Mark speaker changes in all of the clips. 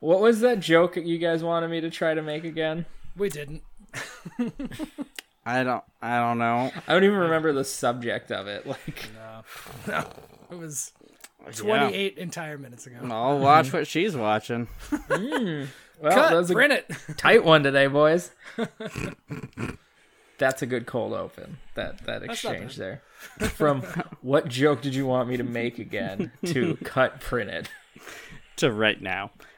Speaker 1: What was that joke that you guys wanted me to try to make again?
Speaker 2: We didn't.
Speaker 3: I don't. I don't know.
Speaker 1: I don't even remember the subject of it. Like,
Speaker 2: No. No. It was 28 entire minutes ago.
Speaker 3: I'll watch what she's watching.
Speaker 1: well,
Speaker 2: Cut,
Speaker 1: that was a
Speaker 2: print it.
Speaker 1: tight one today, boys. That's a good cold open. That that
Speaker 2: not
Speaker 1: exchange there. From what joke did you want me to make again to cut print
Speaker 2: Oh.
Speaker 1: it?
Speaker 3: To right now.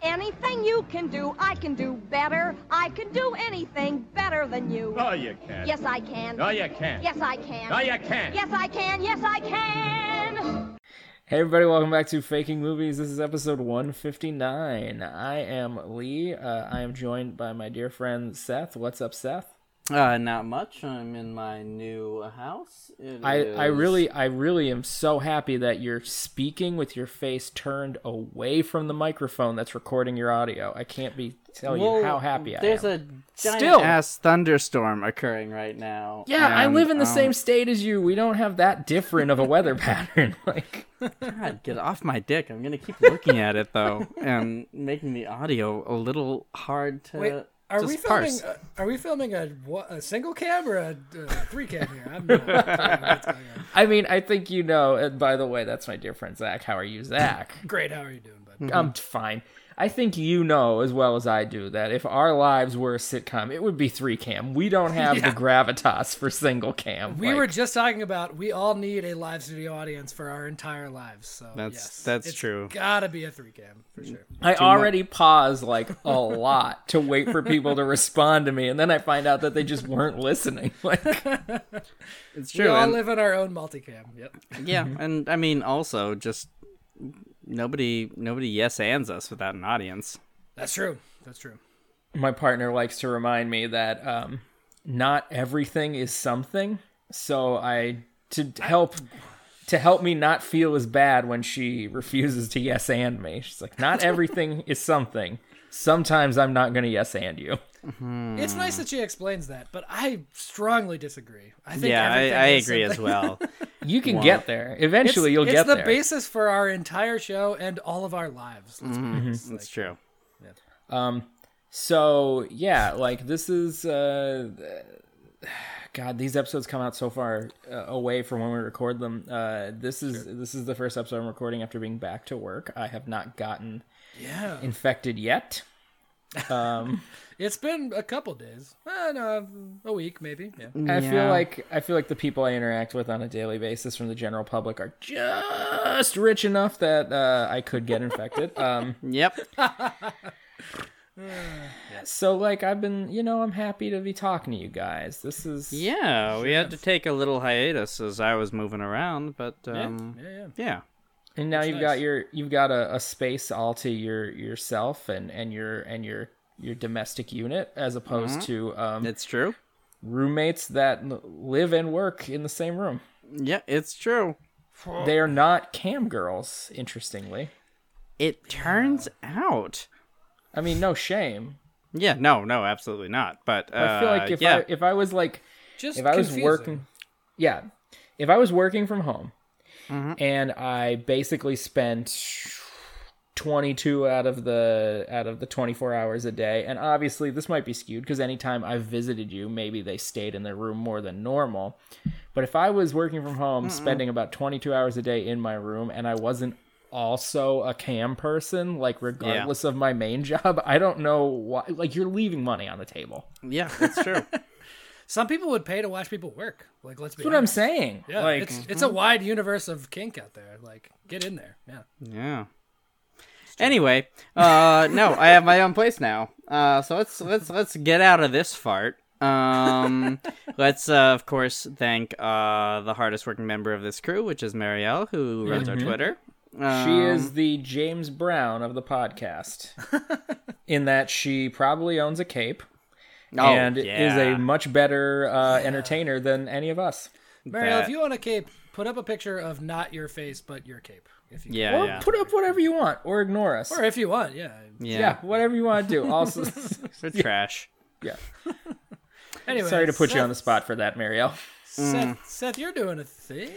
Speaker 4: Anything you can do, I can do better. I can do anything better than you.
Speaker 5: No, you can't.
Speaker 4: Yes, I can.
Speaker 5: No, you can't.
Speaker 4: Yes, I can.
Speaker 5: No, you can't.
Speaker 4: Yes, I can. Yes, I can.
Speaker 1: Hey everybody, welcome back to Faking Movies. This is episode 159. I am Lee. Uh, I am joined by my dear friend Seth. What's up, Seth?
Speaker 3: Uh, not much. I'm in my new house. It
Speaker 1: I, I
Speaker 3: is-
Speaker 1: really I really am so happy that you're speaking with your face turned away from the microphone that's recording your audio. I can't be tell you
Speaker 3: Well,
Speaker 1: how happy I
Speaker 3: There's
Speaker 1: am.
Speaker 3: a giant
Speaker 1: Still.
Speaker 3: ass thunderstorm occurring right now.
Speaker 1: yeah, I
Speaker 3: and,
Speaker 1: live in the
Speaker 3: um,
Speaker 1: same state as you. We don't have that different of a weather pattern. Like
Speaker 3: God, get off my dick. I'm gonna keep looking at it though, and making the audio a little hard to.
Speaker 2: Wait, are we
Speaker 3: just
Speaker 2: filming?
Speaker 3: parse.
Speaker 2: Uh, are we filming a, wha- a single cam or a uh, three cam here? I'm not, I don't know what's going on.
Speaker 1: I mean, I think you know. And by the way, that's my dear friend Zach. How are you, Zach?
Speaker 2: Great. How are you doing, bud?
Speaker 1: I'm fine. I think you know as well as I do that if our lives were a sitcom, it would be three cam. We don't have the gravitas for single cam.
Speaker 2: We
Speaker 1: Like,
Speaker 2: were just talking about we all need a live studio audience for our entire lives. So
Speaker 3: That's-
Speaker 2: yes,
Speaker 3: that's
Speaker 2: It's
Speaker 3: true. Mm.
Speaker 2: Gotta be a three cam for sure.
Speaker 1: I already pause like a lot to wait for people to respond to me, and then I find out that they just weren't listening. Like,
Speaker 3: It's
Speaker 2: We
Speaker 3: true.
Speaker 2: all
Speaker 3: and-
Speaker 2: live in our own multicam. Yep.
Speaker 3: yeah,
Speaker 1: Mm-hmm.
Speaker 3: and I mean also just nobody nobody yes ands us without an audience.
Speaker 2: That's true. That's true.
Speaker 1: my partner likes to remind me that um, not everything is something. So I to help to help me not feel as bad when she refuses to yes and me. She's like, not everything is something. Sometimes I'm not going to yes and you.
Speaker 2: It's nice
Speaker 3: Mm.
Speaker 2: that she explains that, but I strongly disagree. I think
Speaker 3: yeah, I,
Speaker 2: everything
Speaker 3: I
Speaker 2: is
Speaker 3: agree as
Speaker 2: something.
Speaker 3: well.
Speaker 1: You can get there eventually.
Speaker 2: It's-
Speaker 1: you'll
Speaker 2: it's
Speaker 1: get
Speaker 2: the
Speaker 1: there.
Speaker 2: basis for our entire show and all of our lives. Let's be
Speaker 1: Mm-hmm.
Speaker 2: honest.
Speaker 3: It's true.
Speaker 1: So yeah, like this is uh God, these episodes come out so far uh, away from when we record them. Uh this is this is the first episode I'm recording after being back to work. I have not gotten
Speaker 2: Yeah,
Speaker 1: infected yet.
Speaker 2: it's been a couple days. Uh, no, a week maybe. Yeah.
Speaker 1: I feel
Speaker 3: Yeah.
Speaker 1: like I feel like the people I interact with on a daily basis from the general public are just rich enough that uh, I could get infected. Um
Speaker 3: Yep.
Speaker 1: so like I've been, you know, I'm happy to be talking to you guys. This is
Speaker 3: Yeah, we had to take a little hiatus as I was moving around, but um,
Speaker 2: Yeah, yeah.
Speaker 3: yeah.
Speaker 1: And now you've got
Speaker 2: nice.
Speaker 1: your you've got a, a space all to your yourself and and your and your your domestic unit as opposed
Speaker 3: Mm-hmm.
Speaker 1: to um,
Speaker 3: it's true.
Speaker 1: roommates that l- live and work in the same room.
Speaker 3: Yeah, it's true.
Speaker 1: They are not cam girls, interestingly.
Speaker 3: It turns out.
Speaker 1: I mean, no shame.
Speaker 3: Yeah, no, no, absolutely not. But uh,
Speaker 1: I feel like if
Speaker 3: yeah,
Speaker 1: I if I was like
Speaker 2: Just
Speaker 1: if I was
Speaker 2: confusing.
Speaker 1: working, yeah, if I was working from home,
Speaker 2: Mm-hmm.
Speaker 1: and I basically spent twenty two out of the out of the twenty four hours a day, and obviously this might be skewed because anytime I visited you, maybe they stayed in their room more than normal. But if I was working from home, spending about twenty two hours a day in my room, and I wasn't also a cam person like regardless of my main job i don't know why like you're leaving money on the table
Speaker 3: yeah, it's true.
Speaker 2: Some people would pay to watch people work. Like, let's be.
Speaker 1: that's what i'm
Speaker 2: honest.
Speaker 1: saying
Speaker 2: Yeah,
Speaker 1: like mm-hmm.
Speaker 2: it's it's a wide universe of kink out there. Like, get in there. Yeah.
Speaker 3: Yeah. Anyway, uh, no, I have my own place now. Uh, so let's let's let's get out of this fart. Um, let's uh, of course thank uh, the hardest working member of this crew, which is Marielle, who runs our Twitter.
Speaker 1: She is the James Brown of the podcast, in that she probably owns a cape
Speaker 3: oh,
Speaker 1: and is
Speaker 3: yeah.
Speaker 1: a much better uh, entertainer than any of us.
Speaker 2: Mario, if
Speaker 3: That-
Speaker 2: you want a cape, put up a picture of not your face but your cape. If you
Speaker 3: yeah,
Speaker 1: or
Speaker 3: yeah.
Speaker 1: put up whatever you want, or ignore us.
Speaker 2: or if you want, yeah.
Speaker 3: yeah,
Speaker 1: yeah. whatever you want to do. Also,
Speaker 3: They're trash.
Speaker 1: yeah.
Speaker 2: Anyway,
Speaker 1: Sorry to put you on the
Speaker 2: Seth-
Speaker 1: spot Mm. for that, Mario.
Speaker 2: Seth, Seth, you're doing a thing.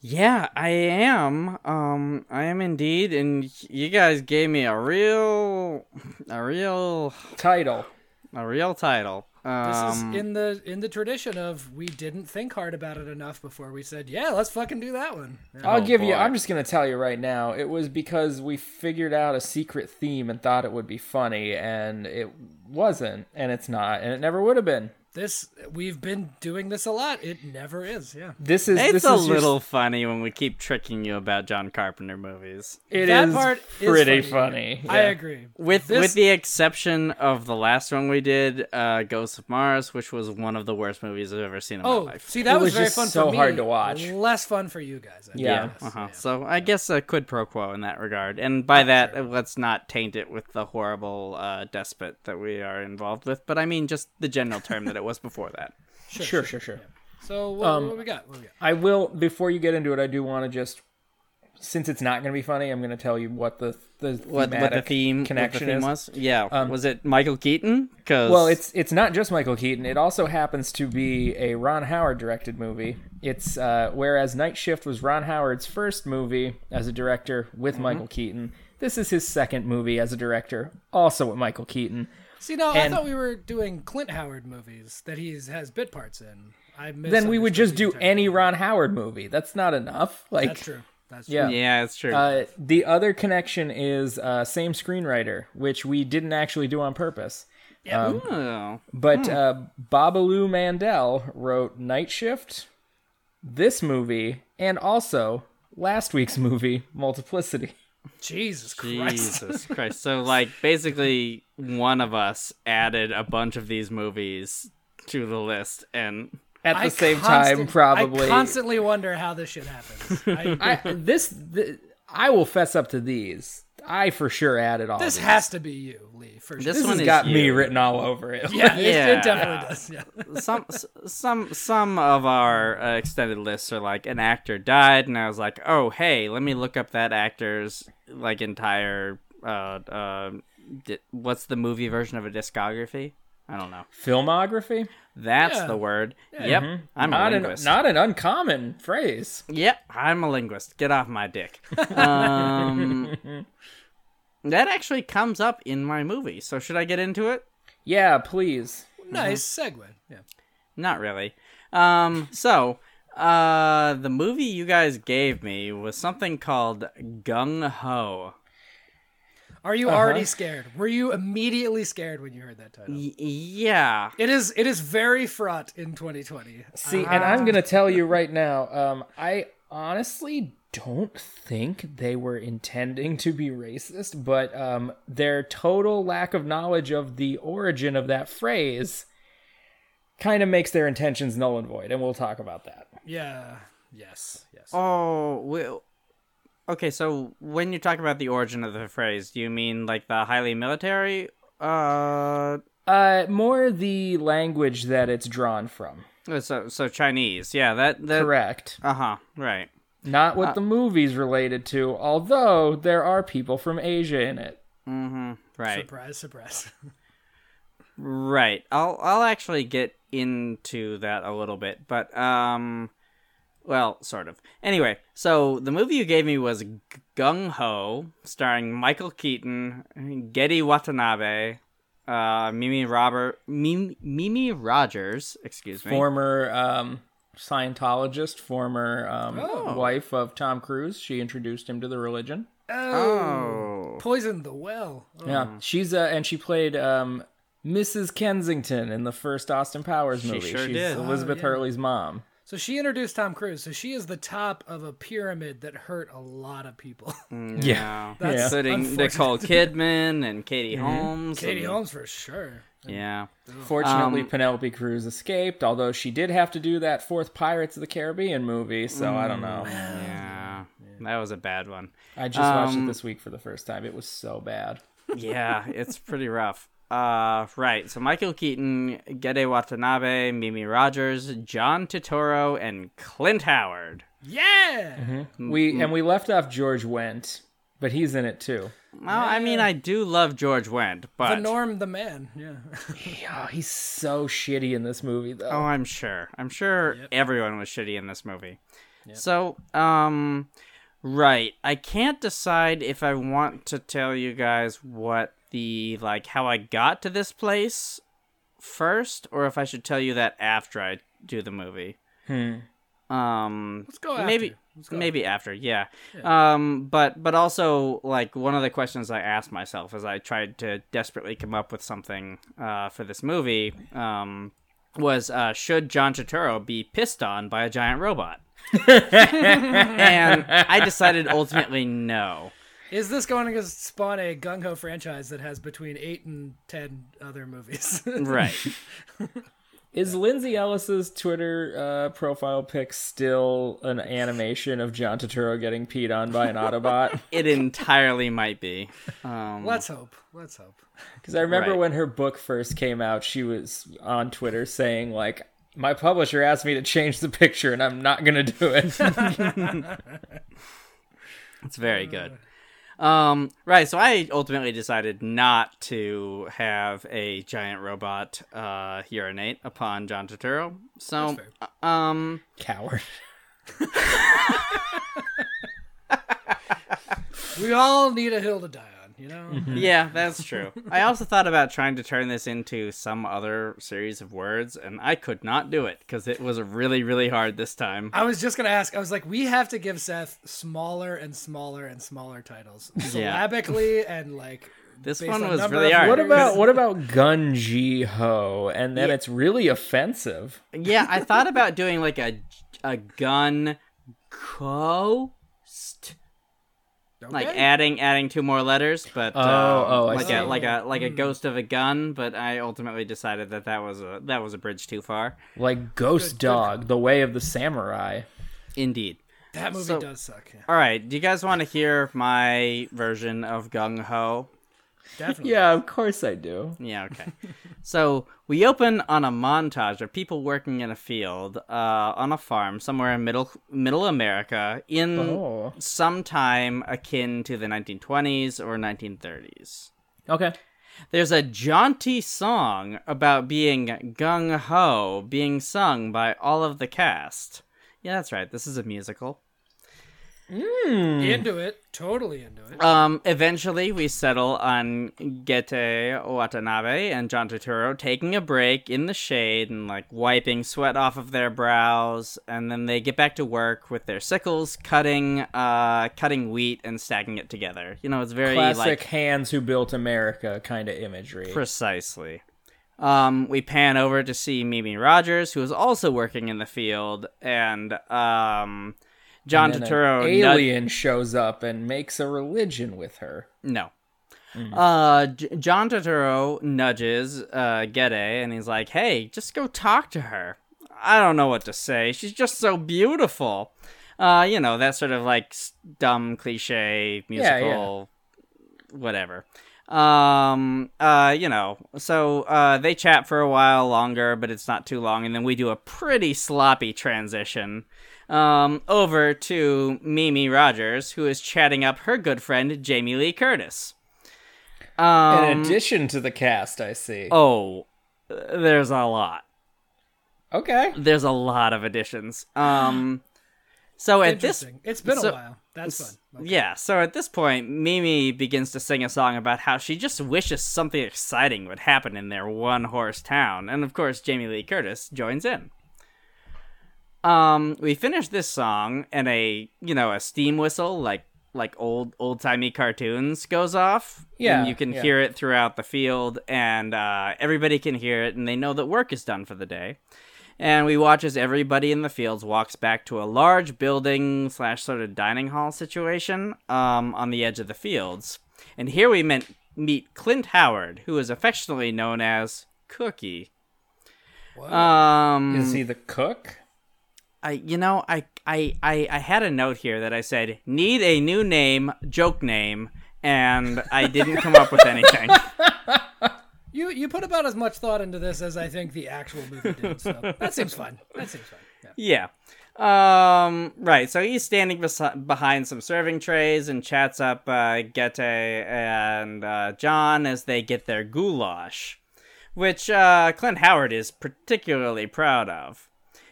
Speaker 3: Yeah, I am. Um, I am indeed, and you guys gave me a real, a real,
Speaker 1: Title.
Speaker 3: a real title.
Speaker 2: This
Speaker 3: Um,
Speaker 2: is in the in the tradition of we didn't think hard about it enough before we said, yeah, let's fucking do that one. Yeah.
Speaker 1: I'll give you.
Speaker 3: Oh, boy.
Speaker 1: I'm just gonna tell you right now. It was because we figured out a secret theme and thought it would be funny, and it wasn't, and it's not, and it never would have been.
Speaker 2: This we've been doing this a lot. It never is. Yeah.
Speaker 1: This is.
Speaker 3: it's
Speaker 1: this
Speaker 3: a
Speaker 1: is your-
Speaker 3: little funny when we keep tricking you about John Carpenter movies.
Speaker 1: It
Speaker 2: That
Speaker 1: is
Speaker 2: part is
Speaker 1: pretty
Speaker 2: funny.
Speaker 1: funny.
Speaker 2: I
Speaker 1: Yeah.
Speaker 2: agree.
Speaker 3: With
Speaker 2: This-
Speaker 3: with the exception of the last one we did, uh, Ghosts of Mars, which was one of the worst movies I've ever seen in
Speaker 2: Oh,
Speaker 3: my life.
Speaker 2: see, that
Speaker 1: It
Speaker 2: was,
Speaker 1: was
Speaker 2: very
Speaker 1: just
Speaker 2: fun
Speaker 1: so
Speaker 2: for me.
Speaker 1: hard to watch.
Speaker 2: Less fun for you guys. I think.
Speaker 1: Yeah.
Speaker 3: Uh-huh. So I guess a quid pro quo in that regard, and by that, uh, let's not taint it with the horrible uh, despot that we are involved with. But I mean, just the general term that it was before that.
Speaker 1: Sure, sure, sure.
Speaker 2: So what, what
Speaker 1: Um,
Speaker 2: we got? What we got?
Speaker 1: I will. Before you get into it, I do want to just, since it's not gonna be funny, I'm gonna tell you what the the
Speaker 3: What, what the
Speaker 1: thematic
Speaker 3: theme
Speaker 1: connection
Speaker 3: what the theme
Speaker 1: is.
Speaker 3: was? Yeah, was it Michael Keaton? Because
Speaker 1: Well, it's it's not just Michael Keaton. It also happens to be a Ron Howard directed movie. It's uh, whereas Night Shift was Ron Howard's first movie as a director with
Speaker 2: Mm-hmm.
Speaker 1: Michael Keaton. This is his second movie as a director, also with Michael Keaton.
Speaker 2: See, no,
Speaker 1: And-
Speaker 2: I thought we were doing Clint Howard movies that he has bit parts in. I
Speaker 1: Then we would just do
Speaker 2: misunderstood the entire
Speaker 1: any
Speaker 2: thing.
Speaker 1: Ron Howard movie. That's not enough. Like
Speaker 2: That's true. That's true.
Speaker 1: Yeah.
Speaker 3: yeah, it's true.
Speaker 1: Uh, the other connection is uh, same screenwriter, which we didn't actually do on purpose.
Speaker 3: Oh.
Speaker 1: But
Speaker 2: Hmm.
Speaker 1: uh, Babalu Mandel wrote Night Shift, this movie, and also last week's movie, Multiplicity.
Speaker 2: Jesus Christ.
Speaker 3: Jesus Christ. So, like, basically, one of us added a bunch of these movies to the list, and
Speaker 1: At the
Speaker 2: I
Speaker 1: same
Speaker 2: constant-
Speaker 1: time, probably.
Speaker 2: I constantly wonder how this shit happens. I,
Speaker 1: I- this, th- I will fess up to these. I for sure added all.
Speaker 2: this
Speaker 1: This,
Speaker 2: has to be you, Lee, for sure.
Speaker 3: this,
Speaker 1: this
Speaker 3: one
Speaker 1: has
Speaker 3: is
Speaker 1: got
Speaker 3: you.
Speaker 1: me written all over it.
Speaker 2: yeah, it- It,
Speaker 3: Yeah. Mm-hmm.
Speaker 2: definitely does. Yeah.
Speaker 3: some s- some some of our uh, extended lists are like an actor died, and I was like, oh hey, let me look up that actor's like entire uh, uh di- what's the movie version of a discography? I don't know.
Speaker 1: Filmography,
Speaker 3: That's
Speaker 2: Yeah.
Speaker 3: the word. Yep,
Speaker 1: Mm-hmm.
Speaker 3: I'm
Speaker 1: not
Speaker 3: a
Speaker 1: an
Speaker 3: linguist.
Speaker 1: not an uncommon phrase.
Speaker 3: Yep, I'm a linguist. Get off my dick. Um, that actually comes up in my movie. So should I get into it?
Speaker 1: Yeah, please.
Speaker 2: Nice segue. Yeah.
Speaker 3: Not really. Um, so, uh, the movie you guys gave me was something called Gung Ho.
Speaker 2: Are you already scared? Were you immediately scared when you heard that title?
Speaker 3: Y- yeah.
Speaker 2: It is it is very fraught in 2020.
Speaker 1: See, and I'm gonna tell you right now, um, I honestly don't think they were intending to be racist, but um, their total lack of knowledge of the origin of that phrase kind of makes their intentions null and void, and we'll talk about that.
Speaker 2: Yeah. Yes. Yes.
Speaker 3: Oh, well. Okay, so when you talk about the origin of the phrase, do you mean like the highly military? Uh,
Speaker 1: Uh, more the language that it's drawn from.
Speaker 3: so so Chinese. Yeah, that that.
Speaker 1: Correct.
Speaker 3: Uh huh. Right.
Speaker 1: Not what the movie's related to, although there are people from Asia in it.
Speaker 3: Mm-hmm, Right.
Speaker 2: Surprise, surprise.
Speaker 3: Right. I'll I'll actually get into that a little bit, but um well, sort of. Anyway, so the movie you gave me was G- Gung Ho, starring Michael Keaton, Getty Watanabe, uh, Mimi Robert, Mimi, Mimi Rogers, excuse me.
Speaker 1: former um, Scientologist, former um, wife of Tom Cruise. She introduced him to the religion.
Speaker 3: oh,
Speaker 2: Poison the well. Oh,
Speaker 3: Hmm.
Speaker 1: Yeah, she's uh, and she played um, Mrs. Kensington in the first Austin Powers movie.
Speaker 3: sure
Speaker 1: she's
Speaker 3: did. Oh,
Speaker 1: Elizabeth Hurley's mom.
Speaker 2: So she introduced Tom Cruise. So she is the top of a pyramid that hurt a lot of people.
Speaker 3: yeah.
Speaker 1: Yeah.
Speaker 3: Including Nicole Kidman and Katie Holmes.
Speaker 2: Mm-hmm. Katie
Speaker 3: and-
Speaker 2: Holmes for sure.
Speaker 3: Yeah.
Speaker 1: Fortunately, Penelope Cruz escaped, although she did have to do that fourth Pirates of the Caribbean movie. So I don't know.
Speaker 3: Yeah. That was a bad one.
Speaker 1: I just watched it
Speaker 3: Um,
Speaker 1: this week for the first time. It was so bad.
Speaker 3: yeah, it's pretty rough. Uh, right. So Michael Keaton, Gede Watanabe, Mimi Rogers, John Totoro, and Clint Howard.
Speaker 2: Yeah.
Speaker 3: Mm-hmm.
Speaker 1: We and we left off George Went, but he's in it too.
Speaker 3: Well, I mean, I do love George Wendt,
Speaker 2: The
Speaker 3: but
Speaker 2: Norm, the man. Yeah.
Speaker 1: Yeah, Oh, he's so shitty in this movie though.
Speaker 3: oh, I'm sure. I'm sure everyone was shitty in this movie. So, um, right. I can't decide if I want to tell you guys what the like how I got to this place first, or if I should tell you that after I do the movie. Um,
Speaker 2: Let's go Oh, after.
Speaker 3: maybe
Speaker 2: Let's go
Speaker 3: maybe after, yeah. Um, but but also like one of the questions I asked myself as I tried to desperately come up with something uh, for this movie um, was uh, should John Turturro be pissed on by a giant robot? and I decided ultimately no.
Speaker 2: Is this going to spawn a gung ho franchise that has between eight and ten other movies?
Speaker 3: Right.
Speaker 1: Is Lindsay Ellis's Twitter uh, profile pic still an animation of John Turturro getting peed on by an Autobot?
Speaker 3: It entirely might be. Um,
Speaker 2: Let's hope. Let's hope.
Speaker 1: Because I remember
Speaker 3: Right.
Speaker 1: when her book first came out, she was on Twitter saying like, "My publisher asked me to change the picture, and I'm not gonna do it."
Speaker 3: It's very
Speaker 2: Uh,
Speaker 3: good. Um, right, so I ultimately decided not to have a giant robot uh, urinate upon John Turturro. So, uh, um,
Speaker 1: Coward.
Speaker 2: We all need a hill to die on, you know?
Speaker 3: yeah, that's true. I also thought about trying to turn this into some other series of words, and I could not do it because it was really, really hard this time.
Speaker 2: I was just gonna ask. I was like, we have to give Seth smaller and smaller and smaller titles, syllabically and like.
Speaker 3: This
Speaker 2: based
Speaker 3: one
Speaker 2: on
Speaker 3: was
Speaker 2: number
Speaker 3: really
Speaker 2: of
Speaker 3: hard.
Speaker 1: What
Speaker 2: letters.
Speaker 1: about what about Gunji Ho? And then it's really offensive.
Speaker 3: Yeah, I thought about doing like a a gun coast. Like
Speaker 2: Okay.
Speaker 3: adding adding two more letters, but oh,
Speaker 1: oh, I
Speaker 3: like
Speaker 1: see.
Speaker 3: a like a like a ghost of a gun. But I ultimately decided that that was a that was a bridge too far.
Speaker 1: Like Ghost Dog, The Way of the Samurai.
Speaker 3: Indeed.
Speaker 2: that movie
Speaker 3: so-
Speaker 2: does suck? Yeah,
Speaker 3: All right, do you guys want to hear my version of gung ho?
Speaker 2: definitely.
Speaker 1: Yeah, of course I do.
Speaker 3: Yeah, okay. so we open on a montage of people working in a field, uh, on a farm somewhere in middle middle America in
Speaker 1: Oh.
Speaker 3: sometime akin to the 1920s or 1930s.
Speaker 1: Okay.
Speaker 3: There's a jaunty song about being gung ho being sung by all of the cast. Yeah, that's right. This is a musical.
Speaker 2: into it, totally into it.
Speaker 3: Um, eventually, we settle on Gete Watanabe and John Turturro taking a break in the shade and like wiping sweat off of their brows, and then they get back to work with their sickles, cutting, uh, cutting wheat and stacking it together. You know, it's very
Speaker 1: Classic
Speaker 3: like
Speaker 1: hands who built America kind of imagery.
Speaker 3: Precisely. Um, we pan over to see Mimi Rogers, who is also working in the field, and um, John
Speaker 1: And an
Speaker 3: Turturro. nudge-
Speaker 1: alien shows up and makes a religion with her.
Speaker 3: no.
Speaker 1: Mm-hmm.
Speaker 3: Uh, J- John Turturro nudges uh, Gede, and he's like, "Hey, just go talk to her. I don't know what to say. She's just so beautiful." Uh, you know that sort of like s- dumb cliche
Speaker 1: Yeah, yeah.
Speaker 3: musical, whatever. Um, uh, you know, so uh, they chat for a while longer, but it's not too long, and then we do a pretty sloppy transition um, over to Mimi Rogers, who is chatting up her good friend Jamie Lee Curtis.
Speaker 1: In
Speaker 3: Um,
Speaker 1: addition to the cast, I see.
Speaker 3: oh, there's a lot.
Speaker 1: Okay.
Speaker 3: There's a lot of additions. Um, so at this
Speaker 2: Interesting. it's been
Speaker 3: so-
Speaker 2: a while. That's fun. Okay.
Speaker 3: Yeah, so at this point, Mimi begins to sing a song about how she just wishes something exciting would happen in their one horse town. And of course, Jamie Lee Curtis joins in. Um, we finish this song and a, you know, a steam whistle like like old old timey cartoons goes off.
Speaker 1: Yeah,
Speaker 3: And you can
Speaker 1: yeah.
Speaker 3: hear it throughout the field and uh, everybody can hear it and they know that work is done for the day and we watch as everybody in the fields walks back to a large building slash sort of dining hall situation um, on the edge of the fields. And here we meant meet Clint Howard, who is affectionately known as Cookie. Um,
Speaker 1: Is he the cook?
Speaker 3: I you know I, I I I had a note here that I said need a new name joke name and I didn't come up with anything.
Speaker 2: You you put about as much thought into this as I think the actual movie did. So that seems fine. That seems fine. Yeah.
Speaker 3: Yeah. Um, right. So he's standing besi- behind some serving trays and chats up uh, Gete and uh, John as they get their goulash, which uh, Clint Howard is particularly proud of.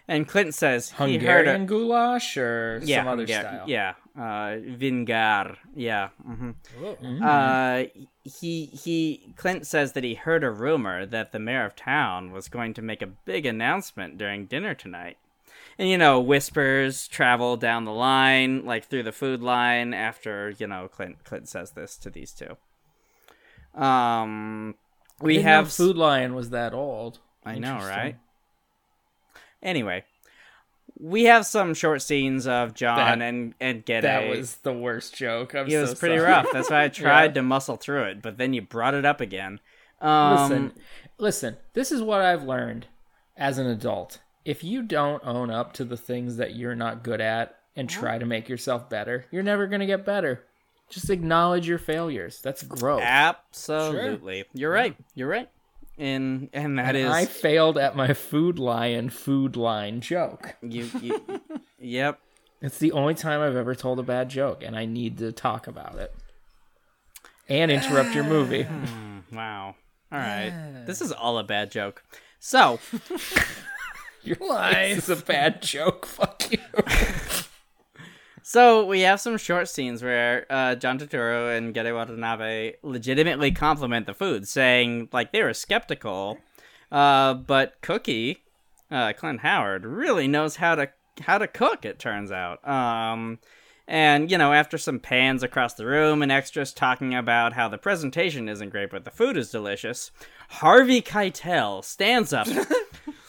Speaker 3: And Clint says he heard
Speaker 1: Hungarian
Speaker 3: a-
Speaker 1: goulash or
Speaker 3: yeah,
Speaker 1: some other
Speaker 3: Hungar-
Speaker 1: style.
Speaker 3: Yeah. Uh, Vingar. Yeah. hmm
Speaker 2: Whoa.
Speaker 3: Uh, he he Clint says that he heard a rumor that the mayor of town was going to make a big announcement during dinner tonight. And you know, whispers travel down the line, like through the food line after, you know, Clint Clint says this to these two. Um we
Speaker 1: Didn't know
Speaker 3: have
Speaker 1: Food Lion was that old.
Speaker 3: I know,
Speaker 1: Interesting.
Speaker 3: right? Anyway, we have some short scenes of John
Speaker 1: That-
Speaker 3: and and Gede
Speaker 1: That was the worst joke. I'm
Speaker 3: it was
Speaker 1: so
Speaker 3: pretty
Speaker 1: sorry.
Speaker 3: rough. That's why I tried to muscle through it, but then you brought it up again. Um,
Speaker 1: Listen, listen. This is what I've learned as an adult. If you don't own up to the things that you're not good at and try to make yourself better, you're never gonna get better. Just acknowledge your failures. That's growth.
Speaker 3: absolutely, you're right. You're right, and and that is
Speaker 1: I failed at my food lion food line joke.
Speaker 3: you, you. Yep.
Speaker 1: It's the only time I've ever told a bad joke, and I need to talk about it and interrupt your movie.
Speaker 3: Ah. Wow. All right. This is all a bad joke. So
Speaker 1: Your life is a bad joke. Fuck you.
Speaker 3: So we have some short scenes where uh, John Turturro and Gede Watanabe legitimately compliment the food, saying like they were skeptical, uh, but Cookie, uh, Clint Howard, really knows how to how to cook. It turns out, um, and you know after some pans across the room and extras talking about how the presentation isn't great but the food is delicious, Harvey Keitel stands up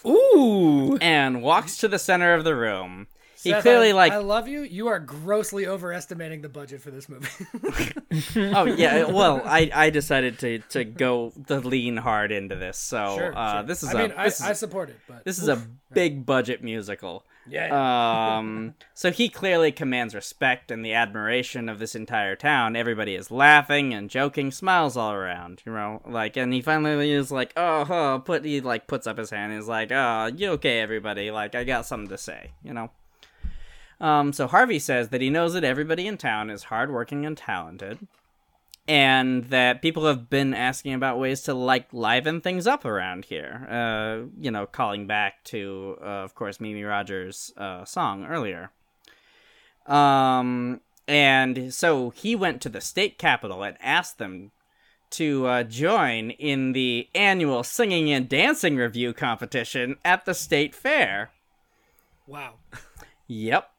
Speaker 1: Ooh.
Speaker 3: and walks to the center of the room. He
Speaker 2: Seth,
Speaker 3: clearly
Speaker 2: I,
Speaker 3: like
Speaker 2: I love you. You are grossly overestimating the budget for this movie.
Speaker 3: Oh yeah, well, I, I decided to, to go the lean hard into this, so uh, this is
Speaker 2: I
Speaker 3: a
Speaker 2: mean, I,
Speaker 3: this,
Speaker 2: I
Speaker 3: is,
Speaker 2: support it, but
Speaker 3: this is a big budget musical.
Speaker 2: yeah,
Speaker 3: Um, so he clearly commands respect and the admiration of this entire town. Everybody is laughing and joking, smiles all around. You know, like, and he finally is like, "Oh, huh," put he like puts up his hand. And he's like, "Oh, you okay, everybody? Like, I got something to say." You know. Um, so Harvey says that he knows that everybody in town is hardworking and talented, and that people have been asking about ways to like liven things up around here. Uh, you know, calling back to, uh, of course, Mimi Rogers' uh, song earlier. Um, and so he went to the state capitol and asked them to uh, join in the annual singing and dancing review competition at the state fair.
Speaker 2: wow.
Speaker 3: Yep.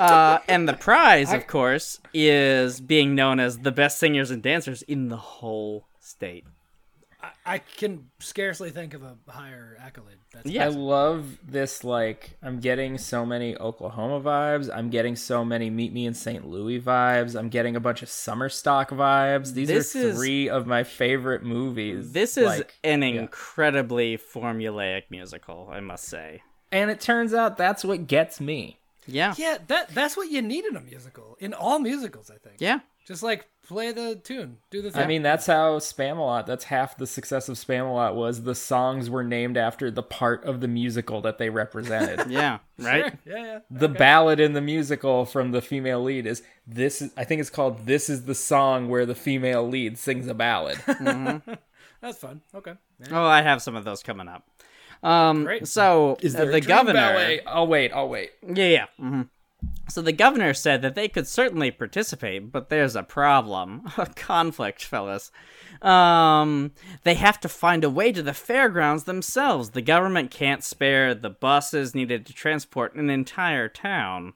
Speaker 3: Uh, and the prize, of course, is being known as the best singers and dancers in the whole state.
Speaker 2: I, I can scarcely think of a higher accolade. That's
Speaker 1: I
Speaker 3: Yes.
Speaker 1: love this. Like, I'm getting so many Oklahoma vibes. I'm getting so many Meet Me in St. Louis vibes. I'm getting a bunch of summer stock vibes. These
Speaker 3: This
Speaker 1: are
Speaker 3: is-
Speaker 1: three of my favorite movies.
Speaker 3: This is
Speaker 1: Like,
Speaker 3: an incredibly formulaic musical, I must say.
Speaker 1: and it turns out that's what gets me.
Speaker 3: Yeah.
Speaker 2: yeah. That that's what you need in a musical. In all musicals, I think.
Speaker 3: Yeah.
Speaker 2: Just like play the tune, do the thing.
Speaker 1: I mean, that's how Spamalot. That's half the success of Spamalot was the songs were named after the part of the musical that they represented.
Speaker 3: Yeah. Right?
Speaker 2: yeah, yeah.
Speaker 1: the ballad in the musical from the female lead is this. Is, I think it's called "This Is the Song" where the female lead sings a ballad.
Speaker 2: That's fun. Okay. Yeah.
Speaker 3: Oh, I have some of those coming up. Um,
Speaker 2: Great.
Speaker 3: So, uh, the governor.
Speaker 1: I'll wait. I'll wait.
Speaker 3: Yeah, yeah. hmm So the governor said that they could certainly participate, but there's a problem. A conflict, fellas. Um, they have to find a way to the fairgrounds themselves. The government can't spare the buses needed to transport an entire town.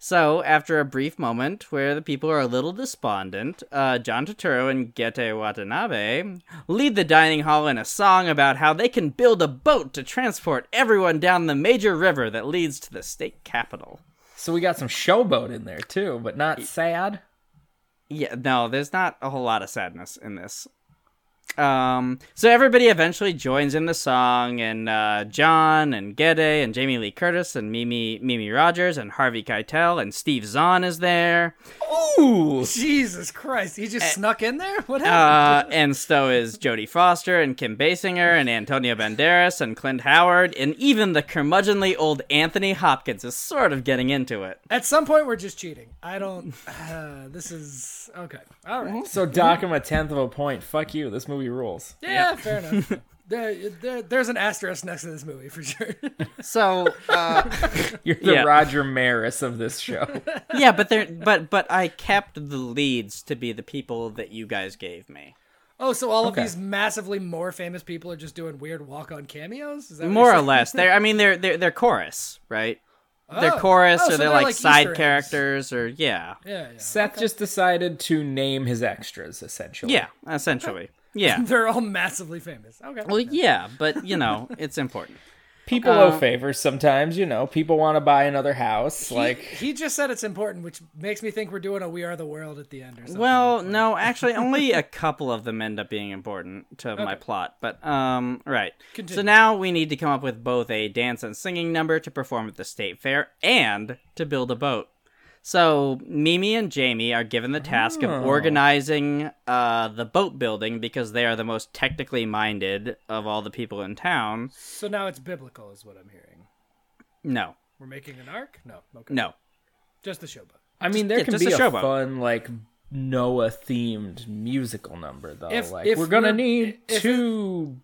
Speaker 3: So, after a brief moment where the people are a little despondent, uh, John Turturro and Gete Watanabe lead the dining hall in a song about how they can build a boat to transport everyone down the major river that leads to the state capital.
Speaker 1: So we got some showboat in there too, but not sad.
Speaker 3: Yeah, no, there's not a whole lot of sadness in this. Um, so everybody eventually joins in the song, and uh, John and Gede and Jamie Lee Curtis and Mimi Mimi Rogers and Harvey Keitel and Steve Zahn is there,
Speaker 1: Ooh.
Speaker 2: Jesus Christ, he just snuck in there. What happened?
Speaker 3: Eh. uh, and so is Jodie Foster and Kim Basinger and Antonio Banderas and Clint Howard and even the curmudgeonly old Anthony Hopkins is sort of getting into it.
Speaker 2: At some point, we're just cheating. I don't. Uh, this is okay. All
Speaker 3: Mhm.
Speaker 2: right.
Speaker 1: So dock him a tenth of a point. Fuck you. This movie rules.
Speaker 2: Yeah, fair enough. There, there, there's an asterisk next to this movie for sure.
Speaker 3: So. Uh,
Speaker 1: You're the
Speaker 3: Yeah.
Speaker 1: Roger Maris of this show.
Speaker 3: yeah, but they're but but I kept the leads to be the people that you guys gave me.
Speaker 2: Oh, so all
Speaker 1: Okay.
Speaker 2: of these massively more famous people are just doing weird walk-on cameos? Is that what
Speaker 3: More
Speaker 2: you're
Speaker 3: or
Speaker 2: saying?
Speaker 3: less, they're I mean they're they're they're chorus, right? They're
Speaker 2: Oh.
Speaker 3: chorus
Speaker 2: Oh,
Speaker 3: or
Speaker 2: so
Speaker 3: they're, like,
Speaker 2: Easter
Speaker 3: side
Speaker 2: eggs.
Speaker 3: characters or yeah,
Speaker 2: Yeah, yeah.
Speaker 1: Seth just decided to name his extras essentially.
Speaker 3: yeah, essentially, yeah.
Speaker 2: They're all massively famous. Okay.
Speaker 3: Well, yeah, but you know it's important.
Speaker 1: People owe favors sometimes, you know. People want to buy another house. Like
Speaker 2: he just said it's important, which makes me think we're doing a "We Are the World" at the end or something.
Speaker 3: Well, no, actually, only a couple of them end up being important to my plot. But um, right. So
Speaker 2: Continue.
Speaker 3: now we need to come up with both a dance and singing number to perform at the state fair and to build a boat. So Mimi and Jamie are given the task of organizing uh, the boat building because they are the most technically minded of all the people in town.
Speaker 2: so now it's biblical, is what I'm hearing.
Speaker 3: No,
Speaker 2: We're making an arc? No, okay.
Speaker 3: no,
Speaker 2: just the showboat.
Speaker 1: I mean there
Speaker 3: yeah,
Speaker 1: can
Speaker 3: just
Speaker 1: be
Speaker 3: a
Speaker 1: a,
Speaker 3: showboat.
Speaker 1: fun like Noah themed musical number though.
Speaker 2: If-
Speaker 1: like
Speaker 2: if
Speaker 1: we're gonna
Speaker 2: we're-
Speaker 1: need
Speaker 2: if it-
Speaker 1: two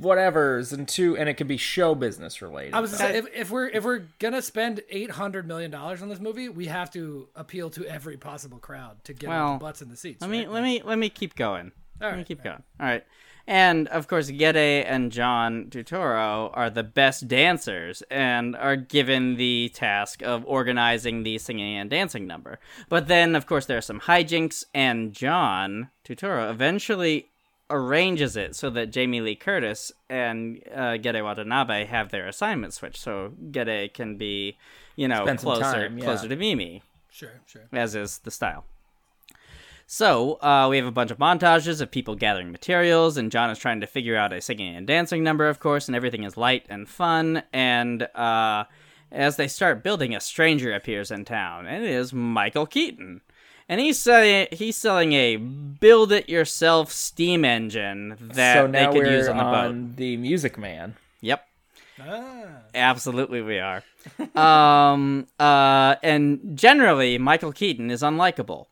Speaker 1: whatevers and two and it could be show business related.
Speaker 2: I was
Speaker 1: though.
Speaker 2: gonna say if, if we're if we're gonna spend eight hundred million dollars on this movie, we have to appeal to every possible crowd to get
Speaker 3: Well,
Speaker 2: the butts in the seats.
Speaker 3: Let me
Speaker 2: right?
Speaker 3: let me let me keep going. let me
Speaker 2: right,
Speaker 3: keep going. All right. And of course, Gede and John Tutoro are the best dancers and are given the task of organizing the singing and dancing number. But then, of course, there are some hijinks, and John Tutoro eventually arranges it so that Jamie Lee Curtis and uh, Gede Watanabe have their assignment switch, so Gede can be, you know,
Speaker 1: Spend some
Speaker 3: closer
Speaker 1: time, yeah.
Speaker 3: closer to Mimi
Speaker 2: Sure, sure.
Speaker 3: as is the style. So uh, we have a bunch of montages of people gathering materials, and John is trying to figure out a singing and dancing number, of course, and everything is light and fun. And uh, as they start building, a stranger appears in town, and it is Michael Keaton. And he's selling, he's selling a build-it-yourself steam engine that
Speaker 1: so
Speaker 3: they
Speaker 1: now
Speaker 3: could
Speaker 1: we're
Speaker 3: use on the boat.
Speaker 1: on the Music Man.
Speaker 3: Yep.
Speaker 2: Ah,
Speaker 3: Absolutely, we are. um, uh, and generally, Michael Keaton is unlikable.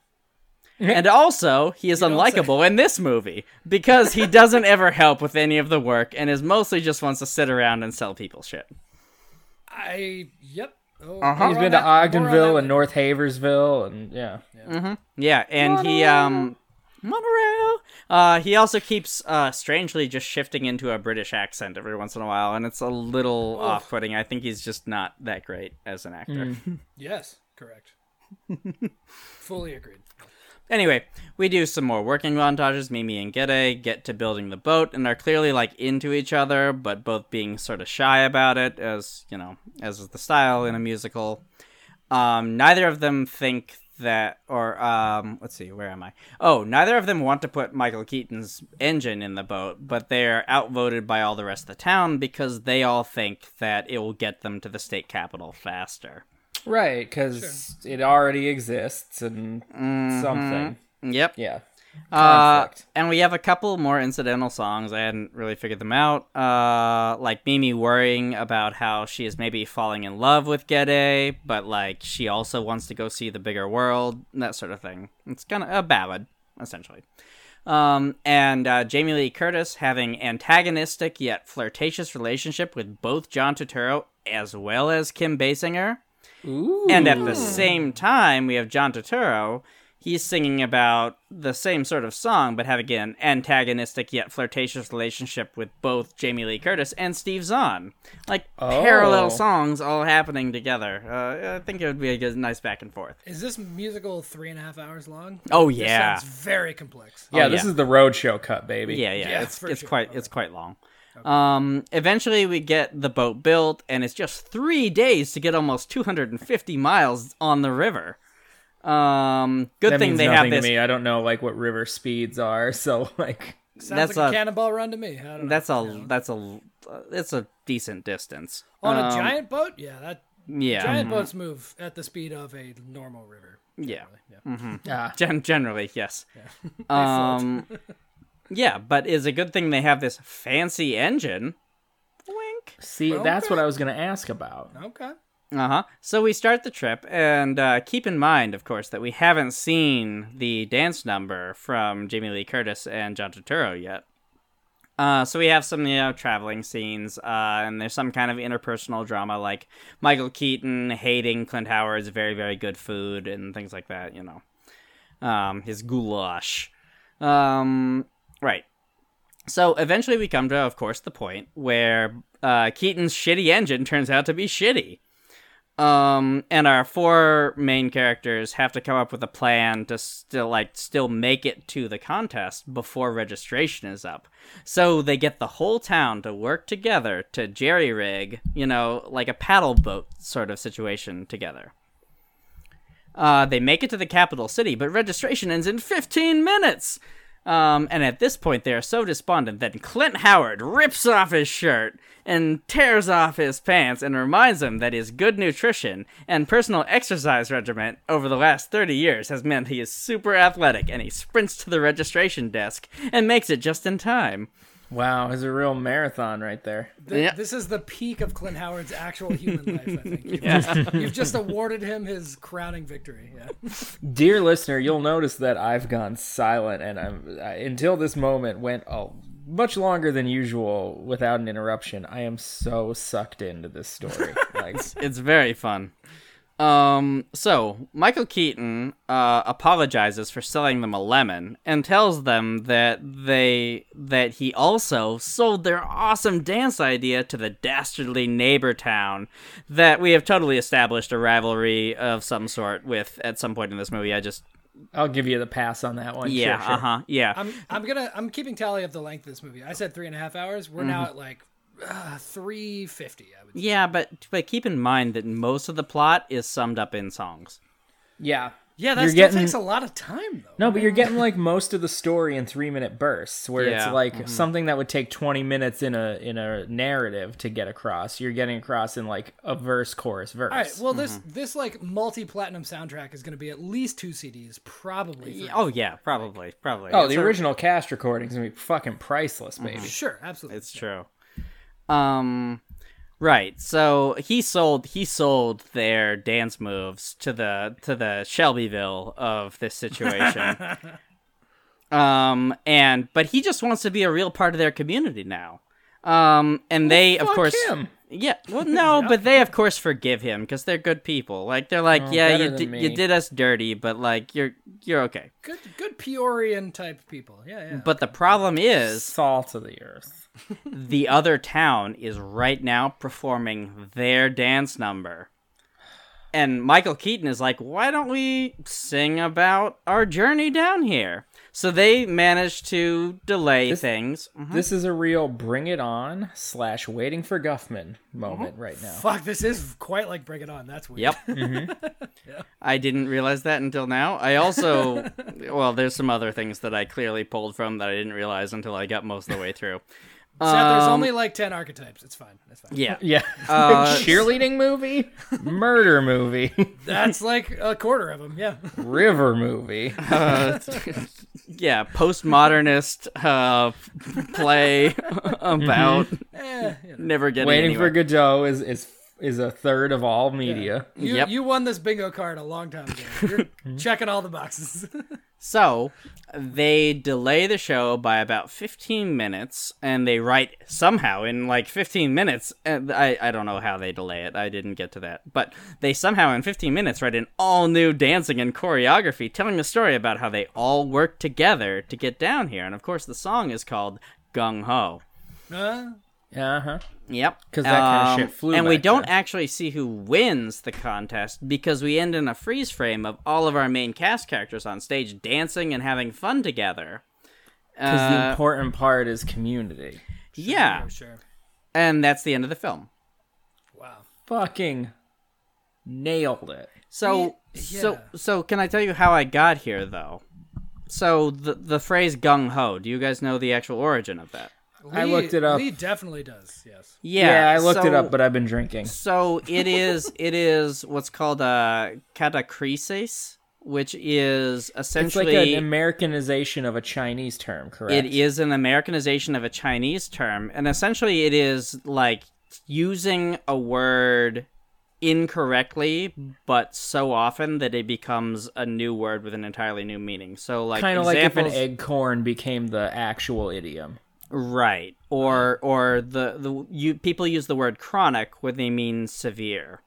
Speaker 3: And also, he is unlikable in this movie because he doesn't ever help with any of the work and is mostly just wants to sit around and sell people shit.
Speaker 2: I yep. Oh,
Speaker 3: Uh-huh.
Speaker 1: He's been to Ogdenville and North Haversville and yeah.
Speaker 3: Yeah, and he um monorail. Uh, he also keeps uh, strangely just shifting into a British accent every once in a while, and it's a little off-putting. I think he's just not that great as an actor.
Speaker 2: Yes, correct. Fully agreed.
Speaker 3: Anyway, we do some more working montages. Mimi and Gede get to building the boat and are clearly like into each other, but both being sort of shy about it, as you know, as is the style in a musical. Um, neither of them think that, or um, let's see, where am I? Oh, neither of them want to put Michael Keaton's engine in the boat, but they are outvoted by all the rest of the town because they all think that it will get them to the state capital faster.
Speaker 1: Right, because it already exists and something.
Speaker 3: Yep.
Speaker 1: Yeah.
Speaker 3: Mm-hmm. Uh,
Speaker 1: conflict.
Speaker 3: and we have a couple more incidental songs. I hadn't really figured them out. Uh, like Mimi worrying about how she is maybe falling in love with Gede, but like she also wants to go see the bigger world, that sort of thing. It's kind of a ballad, essentially. Um, and uh, Jamie Lee Curtis having antagonistic yet flirtatious relationship with both John Turturro as well as Kim Basinger. And at the same time, we have John Turturro. He's singing about the same sort of song, but having an antagonistic yet flirtatious relationship with both Jamie Lee Curtis and Steve Zahn. Like
Speaker 1: Oh.
Speaker 3: parallel songs all happening together. Uh, I think it would be a good, nice back and forth.
Speaker 2: Is this musical three and a half hours long?
Speaker 3: Oh
Speaker 2: This
Speaker 3: yeah,
Speaker 2: sounds very complex.
Speaker 1: Yeah, this
Speaker 3: oh, yeah.
Speaker 1: is the roadshow cut, baby.
Speaker 3: yeah, yeah.
Speaker 2: Yeah,
Speaker 3: it's
Speaker 2: for
Speaker 3: it's
Speaker 2: sure.
Speaker 3: quite it's quite long. Um, eventually we get the boat built, and it's just three days to get almost 250 miles on the river. Um, good
Speaker 1: That
Speaker 3: thing
Speaker 1: means
Speaker 3: they
Speaker 1: nothing
Speaker 3: have this
Speaker 1: to me. I don't know like what river speeds are, so like
Speaker 2: Sounds
Speaker 3: that's
Speaker 2: like
Speaker 3: a-
Speaker 2: a cannonball run to me. I don't know.
Speaker 3: That's a that's a it's a decent distance.
Speaker 2: on a
Speaker 3: Um, Mm-hmm.
Speaker 2: giant boat. Yeah, that
Speaker 3: yeah, Mm,
Speaker 2: giant boats move at the speed of a normal river.
Speaker 3: yeah.
Speaker 2: Yeah.
Speaker 1: Ah,
Speaker 3: Gen- generally, yes. um, yeah, but is a good thing they have this fancy engine. Wink.
Speaker 1: see, that's what I was going to ask about.
Speaker 2: Okay.
Speaker 3: Uh huh. So we start the trip, and uh, keep in mind, of course, that we haven't seen the dance number from Jamie Lee Curtis and John Turturro yet. Uh, so we have some, you know, traveling scenes, uh, and there's some kind of interpersonal drama, like Michael Keaton hating Clint Howard's very, very good food and things like that. You know, um, his goulash. Um, right. So eventually, we come to, of course, the point where uh, Keaton's shitty engine turns out to be shitty. Um, and our four main characters have to come up with a plan to still like still make it to the contest before registration is up. So they get the whole town to work together to jerry rig, you know, like a paddle boat sort of situation together. Uh, they make it to the capital city, but registration ends in 15 minutes. Um, and at this point, they are so despondent that Clint Howard rips off his shirt and tears off his pants and reminds them that his good nutrition and personal exercise regimen over the last 30 years has meant he is super athletic and he sprints to the registration desk and makes it just in time.
Speaker 1: Wow, it's a real marathon right there.
Speaker 2: Th-
Speaker 3: Yeah.
Speaker 2: This is the peak of Clint Howard's actual human life. I think you've, just, you've just awarded him his crowning victory. Yeah.
Speaker 1: Dear listener, you'll notice that I've gone silent and I'm I, until this moment went oh, much longer than usual without an interruption. I am so sucked into this story. like
Speaker 3: it's very fun. Um, so Michael Keaton uh, apologizes for selling them a lemon and tells them that they that he also sold their awesome dance idea to the dastardly neighbor town that we have totally established a rivalry of some sort with at some point in this movie. I just
Speaker 1: I'll give you the pass on that one. Sure,
Speaker 3: yeah
Speaker 1: sure.
Speaker 3: uh huh yeah
Speaker 2: I'm I'm gonna I'm keeping tally of the length of this movie. I said three and a half hours. We're
Speaker 3: Mm-hmm.
Speaker 2: now at like uh, three fifty. I would. Say.
Speaker 3: yeah but but keep in mind that most of the plot is summed up in songs.
Speaker 1: Yeah.
Speaker 2: Yeah, that
Speaker 1: You're
Speaker 2: still
Speaker 1: getting-
Speaker 2: takes a lot of time though.
Speaker 1: No, but you're getting like most of the story in 3-minute bursts where
Speaker 3: Yeah,
Speaker 1: it's like something that would take 20 minutes in a in a narrative to get across. You're getting across in like a verse chorus verse.
Speaker 2: All right. Well, this
Speaker 3: mm-hmm.
Speaker 2: this like multi platinum soundtrack is gonna be at least two CDs, probably. three.
Speaker 3: Oh yeah, probably probably.
Speaker 1: Oh,
Speaker 3: It's
Speaker 1: the
Speaker 3: a-
Speaker 1: original cast recording's gonna be fucking priceless, baby.
Speaker 2: sure, absolutely.
Speaker 3: It's true. Um right. So he sold he sold their dance moves to the to the Shelbyville of this situation. um and but he just wants to be a real part of their community now. Um and they of
Speaker 1: fuck
Speaker 3: course
Speaker 1: him.
Speaker 3: Yeah, well no, but they of course forgive him cuz they're good people. Like they're like,
Speaker 1: Oh,
Speaker 3: yeah,
Speaker 1: better
Speaker 3: you
Speaker 1: than
Speaker 3: di- you
Speaker 1: me."
Speaker 3: did us dirty, but like you're you're okay.
Speaker 2: Good good Peorian type people. Yeah, yeah.
Speaker 3: But the problem is
Speaker 1: Salt of the earth.
Speaker 3: the other town is right now performing their dance number. And Michael Keaton is like, why don't we sing about our journey down here? So they manage to delay things. Mhm.
Speaker 1: This is a real bring it on slash waiting for Guffman moment right now.
Speaker 2: Fuck, this is quite like Bring It On. That's weird.
Speaker 3: Yep.
Speaker 1: Mm-hmm.
Speaker 3: I didn't realize that until now. I also, well, there's some other things that I clearly pulled from that I didn't realize until I got most of the way through.
Speaker 2: Seth, there's
Speaker 3: Um,
Speaker 2: only like ten archetypes. It's fine. It's fine.
Speaker 3: Yeah.
Speaker 1: Yeah. Cheerleading movie, murder movie,
Speaker 2: That's like a quarter of them. Yeah.
Speaker 1: river movie.
Speaker 3: uh, yeah, postmodernist uh, play about
Speaker 2: Eh, you, know.
Speaker 3: never getting
Speaker 1: Mm-hmm. Waiting
Speaker 3: anywhere.
Speaker 1: for Godot is is is a third of all media.
Speaker 2: you,
Speaker 3: Yep.
Speaker 2: you won this bingo card a long time ago. You're checking all the boxes.
Speaker 3: So they delay the show by about 15 minutes, and they write somehow in like 15 minutes. And I, I don't know how they delay it. I didn't get to that. But they somehow in 15 minutes write an all new dancing and choreography telling the story about how they all work together to get down here. And of course, the song is called Gung Ho.
Speaker 2: Huh?
Speaker 1: Uh huh.
Speaker 3: Yep. Um,
Speaker 1: 'Cause that kinda shit flew
Speaker 3: And we
Speaker 1: back
Speaker 3: don't
Speaker 1: then.
Speaker 3: actually see who wins the contest because we end in a freeze frame of all of our main cast characters on stage dancing and having fun together.
Speaker 1: Because the
Speaker 3: Uh,
Speaker 1: important part is community.
Speaker 3: yeah.
Speaker 2: Oh, sure.
Speaker 3: And that's the end of the film.
Speaker 2: Wow.
Speaker 1: Fucking nailed it.
Speaker 3: So
Speaker 2: Yeah.
Speaker 3: so so can I tell you how I got here though? so the the phrase gung ho. Do you guys know the actual origin of that?
Speaker 1: I looked it up.
Speaker 2: Lee definitely does. Yes.
Speaker 1: Yeah, I looked it up, but I've been drinking.
Speaker 3: so it is it is what's called a catachresis, which is
Speaker 1: It's like an
Speaker 3: essentially
Speaker 1: Americanization of a Chinese term, correct?
Speaker 3: it is an Americanization of a Chinese term, and essentially it is like using a word incorrectly, but so often that it becomes a new word with an entirely new meaning. So like
Speaker 1: kind of like if an
Speaker 3: examples-
Speaker 1: egg corn became the actual idiom.
Speaker 3: Right. Or or the the you people use the word chronic when they mean severe.